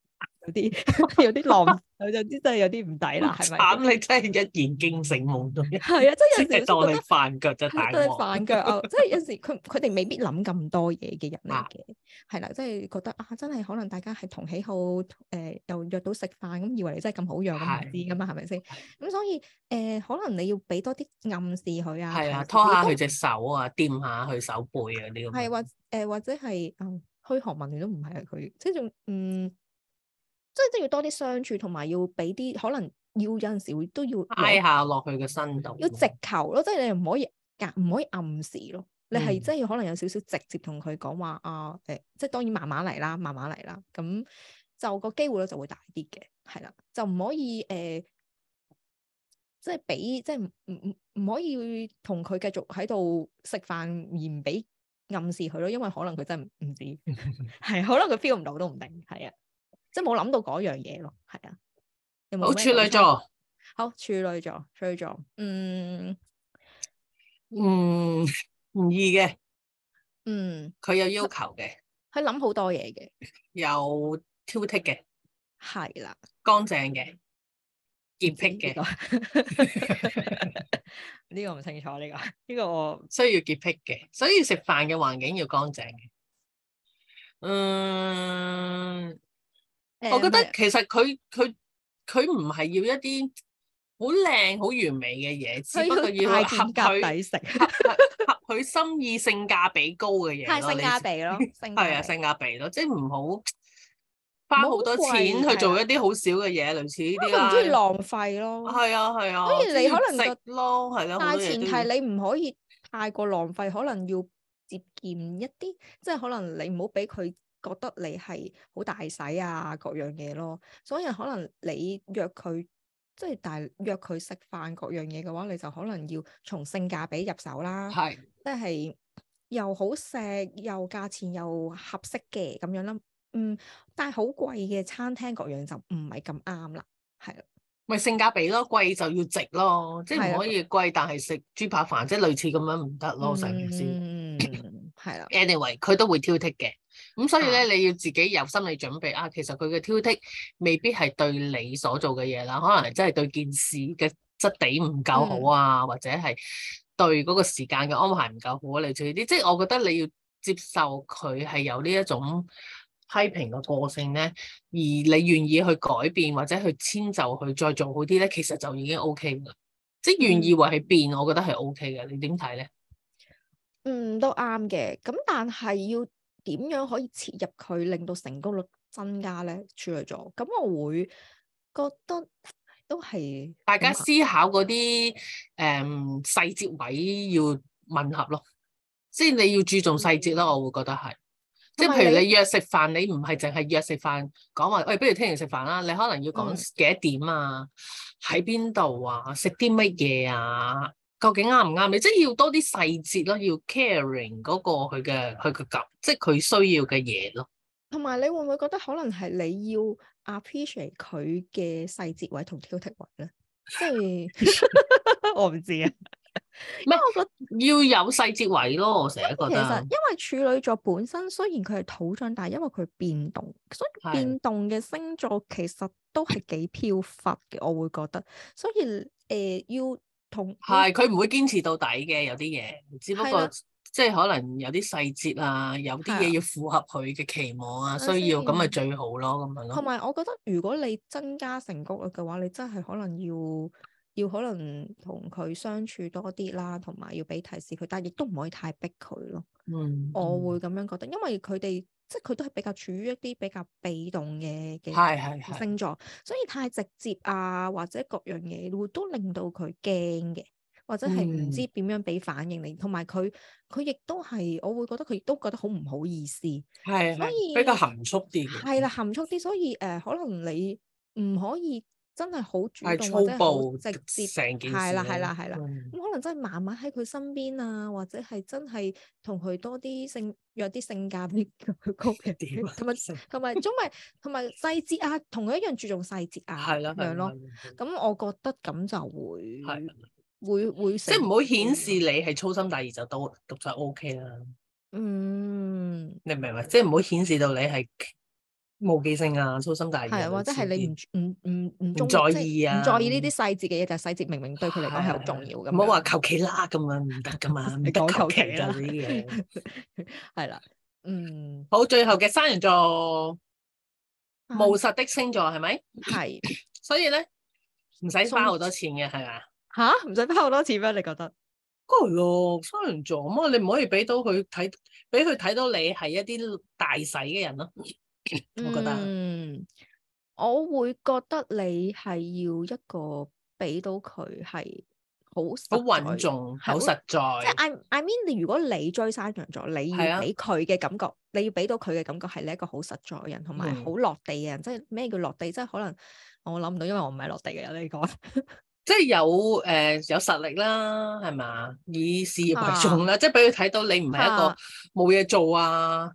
Speaker 1: 有啲 有啲浪，有啲真係有啲唔 抵啦，係咪？
Speaker 2: 慘啊你真係一言驚醒夢中人，
Speaker 1: 係啊，
Speaker 2: 即
Speaker 1: 即 係有
Speaker 2: 係
Speaker 1: 時都
Speaker 2: 當
Speaker 1: 覺
Speaker 2: 你
Speaker 1: 得
Speaker 2: 飯腳就大
Speaker 1: 係都係
Speaker 2: 鑊。
Speaker 1: 反腳啊！即係有時佢佢哋未必諗咁多嘢嘅人嚟
Speaker 2: 啊
Speaker 1: 嘅，係啦，即係覺得啊，真係可能大家係同喜好，誒、又約到食飯，咁以為你真係咁好樣咁唔
Speaker 2: 係
Speaker 1: 知噶嘛，係咪先？咁所以誒、可能你要俾多啲暗示佢啊，
Speaker 2: 係啊，
Speaker 1: 提示
Speaker 2: 拖下
Speaker 1: 都
Speaker 2: 佢隻手啊，掂下佢手背啊呢咁。
Speaker 1: 係或誒、呃或者係嗯虛寒文聯都唔係啊佢，即係仲嗯，即係都要多啲相處，同埋要俾啲可能要有陣時會都要
Speaker 2: 挨
Speaker 1: 攞
Speaker 2: 下落去個身度。
Speaker 1: 要直球咯，即係你唔可以夾唔可以暗示咯。你係
Speaker 2: 嗯
Speaker 1: 真係可能有少少直接同佢講話啊，誒、即係當然慢慢嚟啦，慢慢嚟啦，咁就個機會率就會大啲嘅，係啦，就唔可以誒、呃即係俾即係唔唔唔唔可以同佢繼續喺度食飯而唔俾暗示佢咯，因為可能佢真係唔 唔知，係啊可能佢 feel 唔到都唔定，係啊，即係冇諗到嗰樣嘢咯，係啊，有冇
Speaker 2: 好
Speaker 1: 咩
Speaker 2: 處女
Speaker 1: 補充，
Speaker 2: 座，
Speaker 1: 好處女座，處女座，嗯
Speaker 2: 嗯， 唔易嘅，
Speaker 1: 嗯，
Speaker 2: 佢有要求嘅，
Speaker 1: 佢諗好多嘢嘅。
Speaker 2: 有挑剔嘅，
Speaker 1: 係啦，
Speaker 2: 乾淨嘅，潔癖嘅，
Speaker 1: 呢個 呢個唔清楚，呢個呢個我
Speaker 2: 需要潔癖嘅，所以食飯嘅環境要乾淨嘅。嗯，我覺得其實佢佢佢唔係要一啲好靚好完美嘅嘢，只
Speaker 1: 需
Speaker 2: 不過
Speaker 1: 要
Speaker 2: 要
Speaker 1: 大
Speaker 2: 合
Speaker 1: 件夾
Speaker 2: 佢
Speaker 1: 抵食，
Speaker 2: 合合合佢心意性價比高嘅嘢
Speaker 1: 係
Speaker 2: 咯。
Speaker 1: 性
Speaker 2: 你
Speaker 1: 價比咯，性
Speaker 2: 係啊，
Speaker 1: 價比
Speaker 2: 性價比咯，即係唔好花
Speaker 1: 唔好
Speaker 2: 好多
Speaker 1: 貴
Speaker 2: 錢去
Speaker 1: 係
Speaker 2: 做
Speaker 1: 啦
Speaker 2: 一啲好少嘅嘢，類似呢
Speaker 1: 因為佢唔中意
Speaker 2: 啲啦。
Speaker 1: 浪費咯。
Speaker 2: 係啊係啊，
Speaker 1: 所以
Speaker 2: 即係
Speaker 1: 你
Speaker 2: 要
Speaker 1: 可能
Speaker 2: 食咯，係啦，好
Speaker 1: 但
Speaker 2: 多
Speaker 1: 係
Speaker 2: 嘢
Speaker 1: 前
Speaker 2: 都要
Speaker 1: 提你唔可以太過浪費，可能要節儉一啲，即係可能你唔好俾佢覺得你係好大使啊，各樣嘢咯。所以可能你約佢，即係但係約佢食飯各樣嘢嘅話，你就可能要從性價比入手啦。
Speaker 2: 係
Speaker 1: 即係又好食又價錢又合適嘅咁樣啦。嗯，但係好貴嘅餐廳各樣就唔係咁啱啦。係啦，
Speaker 2: 咪性價比咯？貴就要值咯，即
Speaker 1: 係
Speaker 2: 係
Speaker 1: 啊
Speaker 2: 唔可以貴，但係食豬扒飯即係類似咁樣唔得咯，成件事。
Speaker 1: 嗯，係啦，
Speaker 2: anyway，佢都會挑剔嘅。咁所以
Speaker 1: 啊
Speaker 2: 咧，你要自己有心理準備啊。其實佢嘅挑剔未必係對你所做嘅嘢啦，可能係真係對件事嘅質地唔夠好啊，或者係對嗰個時間嘅安排唔夠好啊，類似呢啲。即係我覺得你要接受佢係有呢一種批評嘅個性咧，而你願意去改變或者去遷就佢再做好啲咧，其實就已經 O K 噶。即係願意為佢變，我覺得係 O K 嘅。你點睇咧？
Speaker 1: 嗯，都啱嘅。咁但係要點樣可以切入佢，令到成功率增加咧？處女座，咁我會覺得都係
Speaker 2: 大家
Speaker 1: 咁啊
Speaker 2: 思考嗰啲誒細節位要吻合咯，即係你要注重細節咯，我會覺得係。即係
Speaker 1: 同埋
Speaker 2: 譬如
Speaker 1: 嗯啊你
Speaker 2: 你約食飯，你唔係淨係約食飯，講話喂，不如聽日食飯啦。你可能要講
Speaker 1: 嗯
Speaker 2: 幾多點啊，喺邊度啊，食啲乜嘢啊，究竟啱唔啱你？即係要多啲細節咯，要 caring 嗰個佢嘅佢嘅感，即係佢需要嘅嘢咯。
Speaker 1: 同埋你會唔會覺得可能係你要 appreciate 佢嘅細節位同挑剔位咧？即係 我唔 知啊，因為我覺得
Speaker 2: 要有細節位咯，我成日覺
Speaker 1: 其實
Speaker 2: 得
Speaker 1: 因為處女座本身雖然佢係土象，但係因為佢變動，所以
Speaker 2: 係
Speaker 1: 變動嘅星座其實都係幾飄忽嘅，我會覺得。所以誒、呃要同要
Speaker 2: 係，佢唔會堅持到底嘅，有啲嘢，只不
Speaker 1: 係
Speaker 2: 過
Speaker 1: 啦
Speaker 2: 即係可能有啲細節啊，有啲
Speaker 1: 係啊
Speaker 2: 嘢要符合佢嘅期望啊，
Speaker 1: 等下
Speaker 2: 需要咁咪
Speaker 1: 先
Speaker 2: 最好咯，咁樣
Speaker 1: 同
Speaker 2: 咯。
Speaker 1: 埋，我覺得如果你增加成功率嘅話，你真係可能要要可能同佢相處多啲啦，同埋要俾提示佢，但係亦都唔可以太逼佢咯。
Speaker 2: 嗯，
Speaker 1: 我會咁樣覺得，因為佢哋即係佢都係比較處於一啲比較被動嘅
Speaker 2: 嗯
Speaker 1: 嘅
Speaker 2: 係係係，
Speaker 1: 星座，所以太直接啊，或者各樣嘢會都令到佢驚嘅，或者係
Speaker 2: 嗯
Speaker 1: 唔知點樣俾反應你，同埋佢佢亦都係，我會覺得佢亦都覺得好唔好意思。
Speaker 2: 係
Speaker 1: 所
Speaker 2: 係比較
Speaker 1: 以
Speaker 2: 含蓄啲嘅，
Speaker 1: 係啦，含蓄啲，所以誒、呃可能你唔可以真係好主
Speaker 2: 係
Speaker 1: 動或
Speaker 2: 粗
Speaker 1: 者好
Speaker 2: 暴
Speaker 1: 直接，
Speaker 2: 成件事
Speaker 1: 係啦
Speaker 2: 咯
Speaker 1: 係啦係啦。
Speaker 2: 嗯
Speaker 1: 咁可能真係慢慢喺佢身邊啊，或者係真係同佢多啲性約啲性 價比佢高嘅
Speaker 2: 點啊
Speaker 1: 嘢，同埋同埋因為同埋細節啊，同佢一樣注重細節啊，
Speaker 2: 係啦
Speaker 1: 咁樣
Speaker 2: 係
Speaker 1: 咯
Speaker 2: 咯。，
Speaker 1: 咁我覺得咁就會
Speaker 2: 係啦
Speaker 1: 會會
Speaker 2: 即係唔
Speaker 1: 成
Speaker 2: 好顯
Speaker 1: 功
Speaker 2: 示你係粗心大意就都咁就 O K 啦，
Speaker 1: 嗯。
Speaker 2: 啊你明唔明？即係唔好顯示到你係冇記性啊，粗心大意啊，
Speaker 1: 係或者係你唔唔唔唔
Speaker 2: 唔
Speaker 1: 中
Speaker 2: 在
Speaker 1: 即係
Speaker 2: 意啊
Speaker 1: 唔在意呢啲細節嘅嘢，但係細節明明對佢嚟講係好重要咁。
Speaker 2: 唔好話求其啦咁樣唔得噶嘛，唔
Speaker 1: 你
Speaker 2: 得
Speaker 1: 講
Speaker 2: 求
Speaker 1: 求
Speaker 2: 其
Speaker 1: 其
Speaker 2: 噶
Speaker 1: 啦
Speaker 2: 呢啲嘢。
Speaker 1: 係啦，嗯，
Speaker 2: 好，最後嘅山羊座，務實的星座係咪？
Speaker 1: 係
Speaker 2: 所以咧唔使
Speaker 1: 送
Speaker 2: 花好多錢嘅係啊嘛？
Speaker 1: 吓，唔使花好多錢咩？你覺得？
Speaker 2: 嗰係咯，山羊座咁啊，你唔可以俾到佢睇，俾佢睇到你係一啲大使嘅人咯。我覺得啊
Speaker 1: 嗯，我會覺得你係要一個俾到佢係好
Speaker 2: 好
Speaker 1: 實在
Speaker 2: 穩重，好實
Speaker 1: 即係
Speaker 2: 在，啊
Speaker 1: I I mean，你如果你追山羊座，你
Speaker 2: 係啊
Speaker 1: 要俾佢嘅感覺，你要俾到佢嘅感覺係你一個好實在嘅人，同埋
Speaker 2: 嗯
Speaker 1: 好落地嘅人。即係咩叫落地？即係可能我諗唔到，因為我唔係落地嘅人。你講
Speaker 2: 即係有誒有實力啦，係嘛？以事業為重啦，即係俾佢睇到你唔係一個
Speaker 1: 啊
Speaker 2: 冇嘢做啊。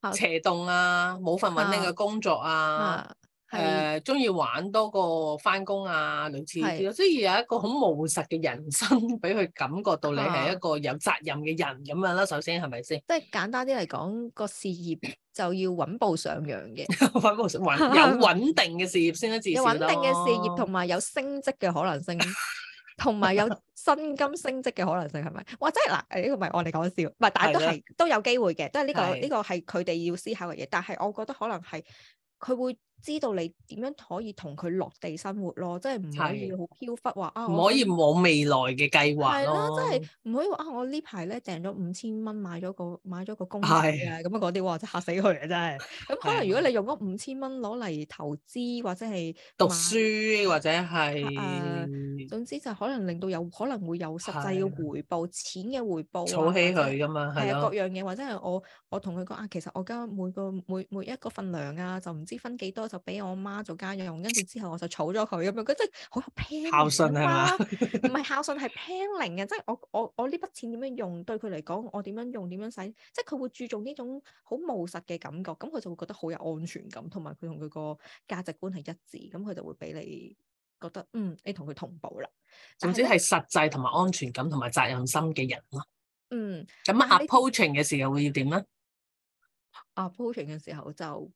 Speaker 1: 啊
Speaker 2: 斜動啊，冇份穩定嘅
Speaker 1: 啊
Speaker 2: 工作啊，
Speaker 1: 啊，係
Speaker 2: 誒中意玩多過翻工啊，類似呢啲咯，即係有一個好務實嘅人生，俾佢感覺到你係
Speaker 1: 啊
Speaker 2: 一個有責任嘅人咁樣啦。首先係咪 先？
Speaker 1: 即係簡單啲嚟講，個事業就要穩步上揚嘅，
Speaker 2: 穩步 穩有穩定嘅事業先啦，至
Speaker 1: 有
Speaker 2: 少
Speaker 1: 穩定嘅事業
Speaker 2: 咯
Speaker 1: 同埋有升職嘅可能性， 同埋有薪金升職嘅可能性係咪？或者嗱，誒呢個唔係我哋講笑，唔係，但係都
Speaker 2: 係啦
Speaker 1: 係都有機會嘅，都係呢個
Speaker 2: 係
Speaker 1: 呢個係佢哋要思考嘅嘢。但係我覺得可能係佢會知道你點樣可以同佢落地生活咯，即係唔可以好飄忽話啊，
Speaker 2: 唔
Speaker 1: 我
Speaker 2: 可以冇未來嘅計劃
Speaker 1: 係啦，
Speaker 2: 咯。
Speaker 1: 即係唔可以話啊！我呢排咧訂咗五千蚊買咗個買咗個公仔啊，
Speaker 2: 係
Speaker 1: 咁啊嗰啲哇真係嚇死佢啊！真係。咁可能如果你用嗰五千蚊攞嚟投資或者係
Speaker 2: 讀
Speaker 1: 買
Speaker 2: 書或者
Speaker 1: 啊
Speaker 2: 係
Speaker 1: 總之就可能令到有可能會有實際
Speaker 2: 嗯係
Speaker 1: 嘅回報、錢嘅回報啊，
Speaker 2: 儲起
Speaker 1: 或者
Speaker 2: 佢咁嘛，
Speaker 1: 係
Speaker 2: 係
Speaker 1: 啊，各
Speaker 2: 咯，
Speaker 1: 樣嘢，或者係我我同佢講啊，其實我而家每個每每一個份糧啊，就唔知分幾多就俾我媽做家 用，跟住之後我就儲咗佢咁樣，佢真係好有 plan
Speaker 2: 孝順係嘛
Speaker 1: 啊 唔係孝順係 planning 嘅，即係我我我呢筆錢點樣用，對佢嚟講我點樣用點樣使，即係佢會注重呢種好務實嘅感覺，咁佢就會覺得好有安全感，同埋佢同佢個價值觀係一致，咁佢就會俾你覺得嗯，你同佢同步啦。但
Speaker 2: 總之
Speaker 1: 呢
Speaker 2: 係實際同埋安全感同埋責任心嘅人咯。
Speaker 1: 嗯
Speaker 2: 咁
Speaker 1: 但係你
Speaker 2: approaching 嘅時候會要點咧？
Speaker 1: approaching 啊嘅時候就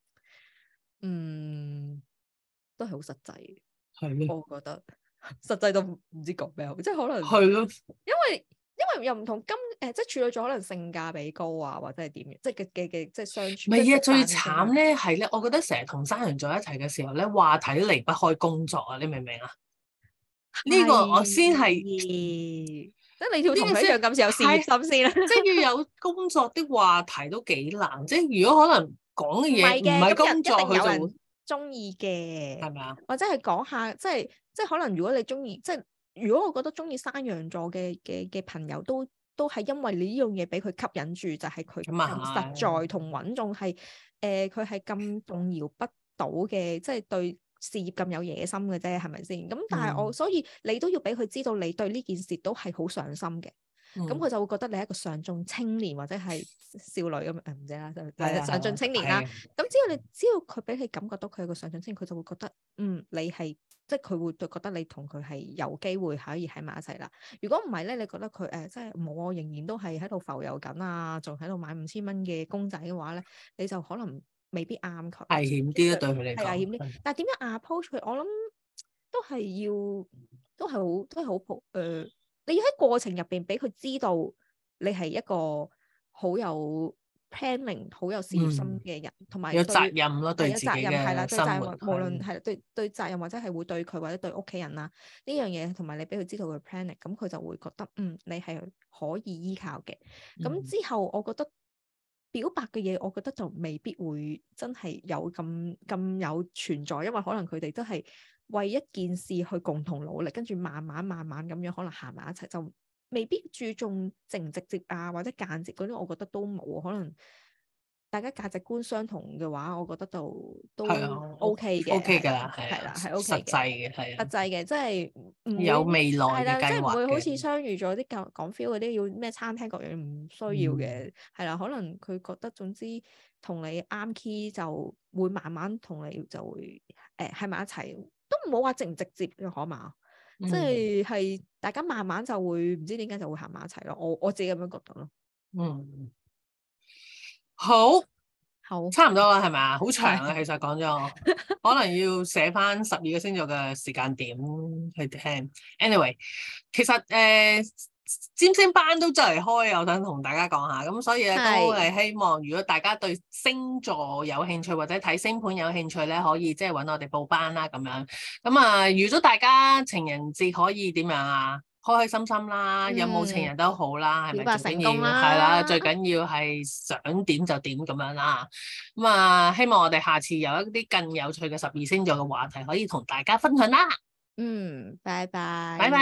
Speaker 1: 嗯都係好實際，
Speaker 2: 係咯，
Speaker 1: 我覺得實際到唔唔知講咩好，即係可能。
Speaker 2: 係咯。
Speaker 1: 因為因為又唔同金誒、呃即係處女座可能性價比高啊，或者係點樣，即係嘅嘅嘅即係相
Speaker 2: 唔
Speaker 1: 處。
Speaker 2: 係啊，
Speaker 1: 即係
Speaker 2: 最
Speaker 1: 習慣性啊
Speaker 2: 慘，咧係咧，我覺得成日同山羊座一齊嘅時候咧，話題都離不開工作啊，你明唔明啊？呢個我先係
Speaker 1: 即係你要
Speaker 2: 呢個
Speaker 1: 同佢一
Speaker 2: 先
Speaker 1: 樣咁有事業心 先啦。
Speaker 2: 即係要有工作的話題都幾難，即係如果可能講嘅
Speaker 1: 唔
Speaker 2: 嘢
Speaker 1: 係
Speaker 2: 唔
Speaker 1: 嘅，
Speaker 2: 係
Speaker 1: 咁一
Speaker 2: 工作，
Speaker 1: 一定有
Speaker 2: 佢就會
Speaker 1: 人中意
Speaker 2: 係
Speaker 1: 嘅，
Speaker 2: 咪啊？
Speaker 1: 或者係講下，即係即係可能如果你中意，即係如果我覺得中意山羊座嘅嘅嘅朋友都。都係因為你呢樣嘢俾佢吸引住，就係佢
Speaker 2: 咁啊
Speaker 1: 咁實在同穩重係誒，佢係咁動搖不到嘅，即係對事業咁有野心嘅啫，係咪先？咁但係我、
Speaker 2: 嗯
Speaker 1: 所以你都要俾佢知道，你對呢件事都係好上心嘅。咁
Speaker 2: 咁
Speaker 1: 佢就會覺得你係一個上進青年或者係少女咁誒唔知啦，
Speaker 2: 啊
Speaker 1: 就上進青年啦。，咁只要你只要佢俾你感覺到佢係個上進青年，佢就會覺得嗯你係即係佢會對覺得你同佢係有機會可以喺埋一齊啦。如果唔係咧，你覺得佢誒、即係冇我仍然都係喺度浮遊緊啊，仲喺度買五千蚊嘅公仔嘅話咧，你就可能未必啱佢。
Speaker 2: 危險啲咯，對佢嚟
Speaker 1: 係危險
Speaker 2: 講
Speaker 1: 啲。但係點樣 approach 佢？我諗都係要，都係好，都係好普誒。你要喺過程入邊俾佢知道，你係一個好有 planning、好有事業心
Speaker 2: 嗯
Speaker 1: 嘅人，同埋、
Speaker 2: 有
Speaker 1: 對
Speaker 2: 責任咯，
Speaker 1: 係
Speaker 2: 對
Speaker 1: 有
Speaker 2: 自己
Speaker 1: 責任係啦，
Speaker 2: 嘅
Speaker 1: 對責
Speaker 2: 生
Speaker 1: 任
Speaker 2: 活，
Speaker 1: 無論
Speaker 2: 係
Speaker 1: 係對對責任或者係會對佢或者對屋企人啊呢樣嘢，同埋你俾佢知道佢 planning，咁佢就會覺得嗯你係可以依靠嘅。咁
Speaker 2: 嗯
Speaker 1: 之後，我覺得表白嘅嘢，我覺得就未必會真係有咁咁有存在，因為可能佢哋都係為一件事去共同努力，跟住慢慢慢慢咁樣可能行埋一齊，就未必注重直唔直接啊，或者間接嗰啲，我覺得都冇，可能大家價值觀相同嘅話，我覺得就都
Speaker 2: 係啊
Speaker 1: OK 嘅
Speaker 2: ，OK 㗎啦，
Speaker 1: 係啦，係
Speaker 2: 實
Speaker 1: OK
Speaker 2: 際
Speaker 1: 嘅，
Speaker 2: 嘅係
Speaker 1: 實
Speaker 2: 啊，
Speaker 1: 際嘅，即係唔會
Speaker 2: 有未來
Speaker 1: 嗯係啦，
Speaker 2: 嘅
Speaker 1: 即
Speaker 2: 計
Speaker 1: 係唔
Speaker 2: 劃
Speaker 1: 會好
Speaker 2: 嘅
Speaker 1: 似相遇咗啲講講 feel 嗰啲要咩餐廳各樣唔需要
Speaker 2: 嗯
Speaker 1: 嘅，係啦、可能佢覺得總之同你啱 key 就會慢慢同你就會誒喺埋一齊，都唔好話直唔直接嘅可嘛，
Speaker 2: 嗯
Speaker 1: 即係係大家慢慢就會唔知點解就會行埋一齊咯，我我自己咁樣覺得咯，
Speaker 2: 嗯嗯好。
Speaker 1: 好，
Speaker 2: 差唔多啦，係咪啊？好長啊，其實講咗，可能要寫翻十二個星座嘅時間點去聽。Anyway，其實誒、呃占星班都就嚟開啊，我想同大家講下。咁所以咧，都
Speaker 1: 係
Speaker 2: 係希望，如果大家對星座有興趣或者睇星盤有興趣咧，可以即係揾我哋報班啦咁樣。咁啊，預咗大家情人節可以點樣啊？開開心心啦，有冇情人都好啦，係咪、
Speaker 1: 表白
Speaker 2: 最緊
Speaker 1: 成功
Speaker 2: 要
Speaker 1: 啦
Speaker 2: 係啦，最緊要係想點就點咁樣啦。咁啊，希望我哋下次有一啲更有趣嘅十二星座嘅話題可以同大家分享啦。
Speaker 1: 嗯，拜拜，
Speaker 2: 拜拜。